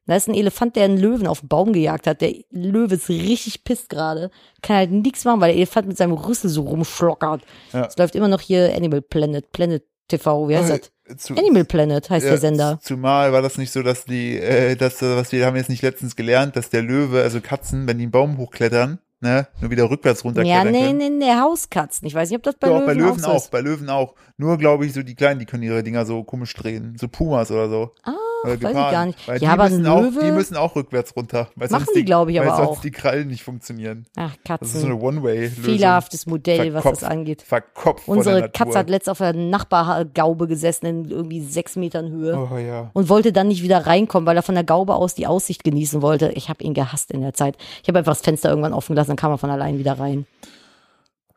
Da ist ein Elefant, der einen Löwen auf den Baum gejagt hat. Der Löwe ist richtig pisst gerade. Kann halt nichts machen, weil der Elefant mit seinem Rüssel so rumschlockert. Ja. Es läuft immer noch hier Animal Planet, Planet TV, wie heißt das? Äh, zu- Animal Planet heißt der Sender. Zumal war das nicht so, dass die, äh, dass, äh, was wir haben jetzt nicht letztens gelernt, dass der Löwe, also Katzen, wenn die einen Baum hochklettern, ne, nur wieder rückwärts Ja, runterklettern nee, können. nee, nee, Hauskatzen. Ich weiß nicht, ob das bei Doch, Löwen, bei Löwen auch so auch, ist. bei Löwen auch. Nur, glaube ich, so die Kleinen, die können ihre Dinger so komisch drehen. So Pumas oder so. Ah, oder weiß ich Geparden. gar nicht. Weil Ja, die, aber ein müssen auch, Löwe- die müssen auch rückwärts runter. Weil Machen sonst die, glaube ich, weil aber sonst auch. die Krallen nicht funktionieren. Ach, Das ist so Katzen. eine One-Way-Lösung. fehlerhaftes Modell, was Verkopft- das angeht. Verkopft von der Unsere Natur. Katze hat letzt auf der Nachbargaube gesessen in irgendwie sechs Metern Höhe Oh ja. und wollte dann nicht wieder reinkommen, weil er von der Gaube aus die Aussicht genießen wollte. Ich habe ihn gehasst in der Zeit. Ich habe einfach das Fenster irgendwann offen gelassen, dann kam er von allein wieder rein.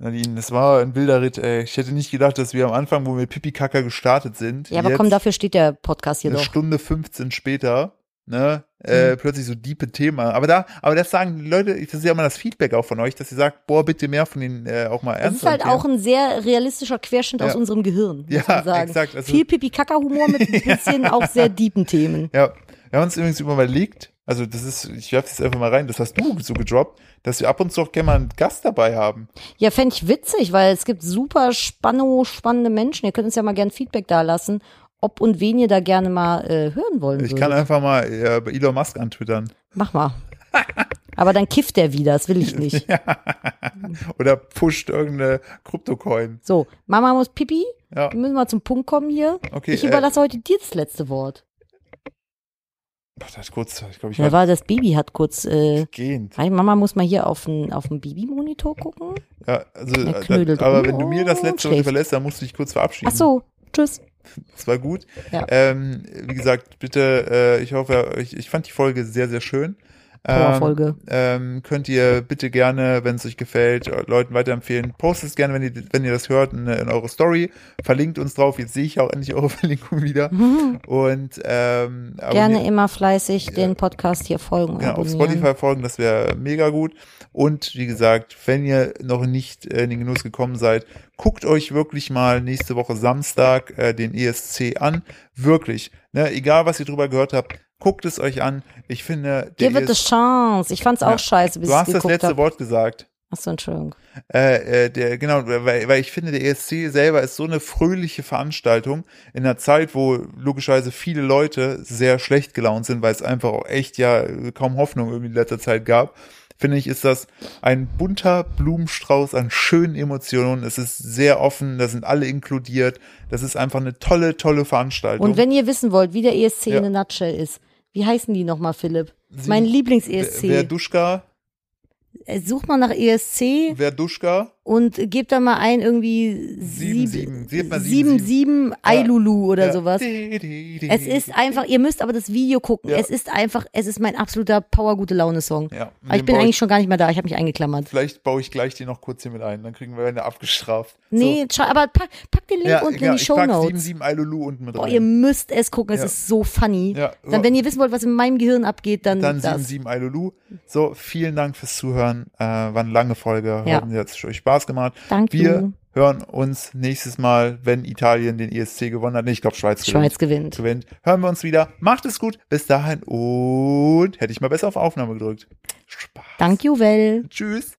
Nadine, das war ein wilder Ritt, ey. Ich hätte nicht gedacht, dass wir am Anfang, wo wir Pipi-Kacker gestartet sind, Ja, aber jetzt komm, dafür steht der Podcast hier eine doch. Hm. Stunde 15 später, ne, äh, plötzlich so diepe Themen. Aber da, aber das sagen die Leute, das ist ja immer das Feedback auch von euch, dass ihr sagt, boah, bitte mehr von den äh, auch mal Das ernst. ist halt auch ein sehr realistischer Querschnitt aus Ja. unserem Gehirn, muss Ja, man sagen. exakt, also- Viel Pipi-Kaka-Humor *laughs* mit ein bisschen auch sehr deepen Themen. Ja, wir haben uns übrigens überlegt, also das ist, ich werfe das einfach mal rein, das hast du so gedroppt, dass wir ab und zu auch gerne mal einen Gast dabei haben. Ja, fände ich witzig, weil es gibt super spanno, spannende Menschen. Ihr könnt uns ja mal gern Feedback da lassen, ob und wen ihr da gerne mal äh, hören wollen Ich würdet. kann einfach mal äh, bei Elon Musk antwittern. *laughs* Mach mal. Aber dann kifft er wieder, das will ich nicht. Oder pusht irgendeine Kryptocoin. So, Mama muss Pipi. Ja. Wir müssen mal zum Punkt kommen hier. Okay, Genau. ich äh, überlasse heute dir das letzte Wort. Boah, das äh, kurz, ich glaube, ich Da war war das Baby hat kurz. Äh, gehend. hey, Mama muss mal hier auf den auf den Babymonitor gucken. Ja, also, Er knödelt äh, aber rum wenn du mir das letzte und Wort schläft. überlässt, dann musst du dich kurz verabschieden. Ach so, tschüss. Das war gut. Ja. Ähm, wie gesagt, bitte, äh, ich hoffe, ich, ich fand die Folge sehr, sehr schön. Powerfolge. Ähm, könnt ihr bitte gerne, wenn es euch gefällt, äh, Leuten weiterempfehlen. Postet es gerne, wenn ihr, wenn ihr das hört, in, in eure Story. Verlinkt uns drauf. Jetzt sehe ich auch endlich eure *laughs* Verlinkung *laughs* wieder. Und ähm, Gerne abonniert- immer fleißig den Podcast hier folgen. und ja, auf abonnieren. Spotify folgen, das wäre mega gut. Und wie gesagt, wenn ihr noch nicht äh, in den Genuss gekommen seid, guckt euch wirklich mal nächste Woche Samstag äh, den ESC an. Wirklich. Ne, egal, was ihr drüber gehört habt, guckt es euch an. Ich finde, der Give it a ESC chance. Ich fand's auch Ja. scheiße, bis du hast ich das geguckt letzte habe. Wort gesagt. Achso, Entschuldigung. Äh, äh, der, genau, weil, weil ich finde, der ESC selber ist so eine fröhliche Veranstaltung in einer Zeit, wo logischerweise viele Leute sehr schlecht gelaunt sind, weil es einfach auch echt ja äh, kaum Hoffnung irgendwie in letzter Zeit gab. Finde ich, ist das ein bunter Blumenstrauß an schönen Emotionen. Es ist sehr offen, da sind alle inkludiert. Das ist einfach eine tolle, tolle Veranstaltung. Und wenn ihr wissen wollt, wie der ESC Ja. in a nutshell ist, wie heißen die nochmal, Philipp? Sie- mein Wer Lieblings-ESC. Duschka, Äh, Sucht mal nach ESC wer Duschka, und gebt da mal ein irgendwie Sieben, sieben. Gebt mal sieben, 77 Ailulu oder sowas. Es Es ist einfach, ihr müsst aber das Video gucken. Ja. Es ist einfach, es ist mein absoluter Power-Gute-Laune-Song. Ja, mit aber Ah, ich dem bin baue ich- eigentlich schon gar nicht mehr da, ich habe mich eingeklammert. Vielleicht baue ich gleich die noch kurz hier mit ein, dann kriegen wir eine abgestraft. Nee, scha- aber pack, pack den Link ja, unten ja, in die Show Ich pack Notes. 77 Alulu unten mit Boah, ihr rein. müsst es gucken, es Ja. ist so funny. Ja, ja. Dann, wenn ihr wissen wollt, was in meinem Gehirn abgeht, dann, Dann das. 77 Alulu. So, vielen Dank fürs Zuhören. Äh, war eine lange Folge. Ja. Hoffen, sie hat es euch Spaß gemacht. Danke. Wir hören uns nächstes Mal, wenn Italien den ESC gewonnen hat. Nee, ich glaube, Schweiz, Schweiz gewinnt. gewinnt. Hören wir uns wieder. Macht es gut. Bis dahin und hätte ich mal besser auf Aufnahme gedrückt. Spaß. Thank you, Well. Tschüss.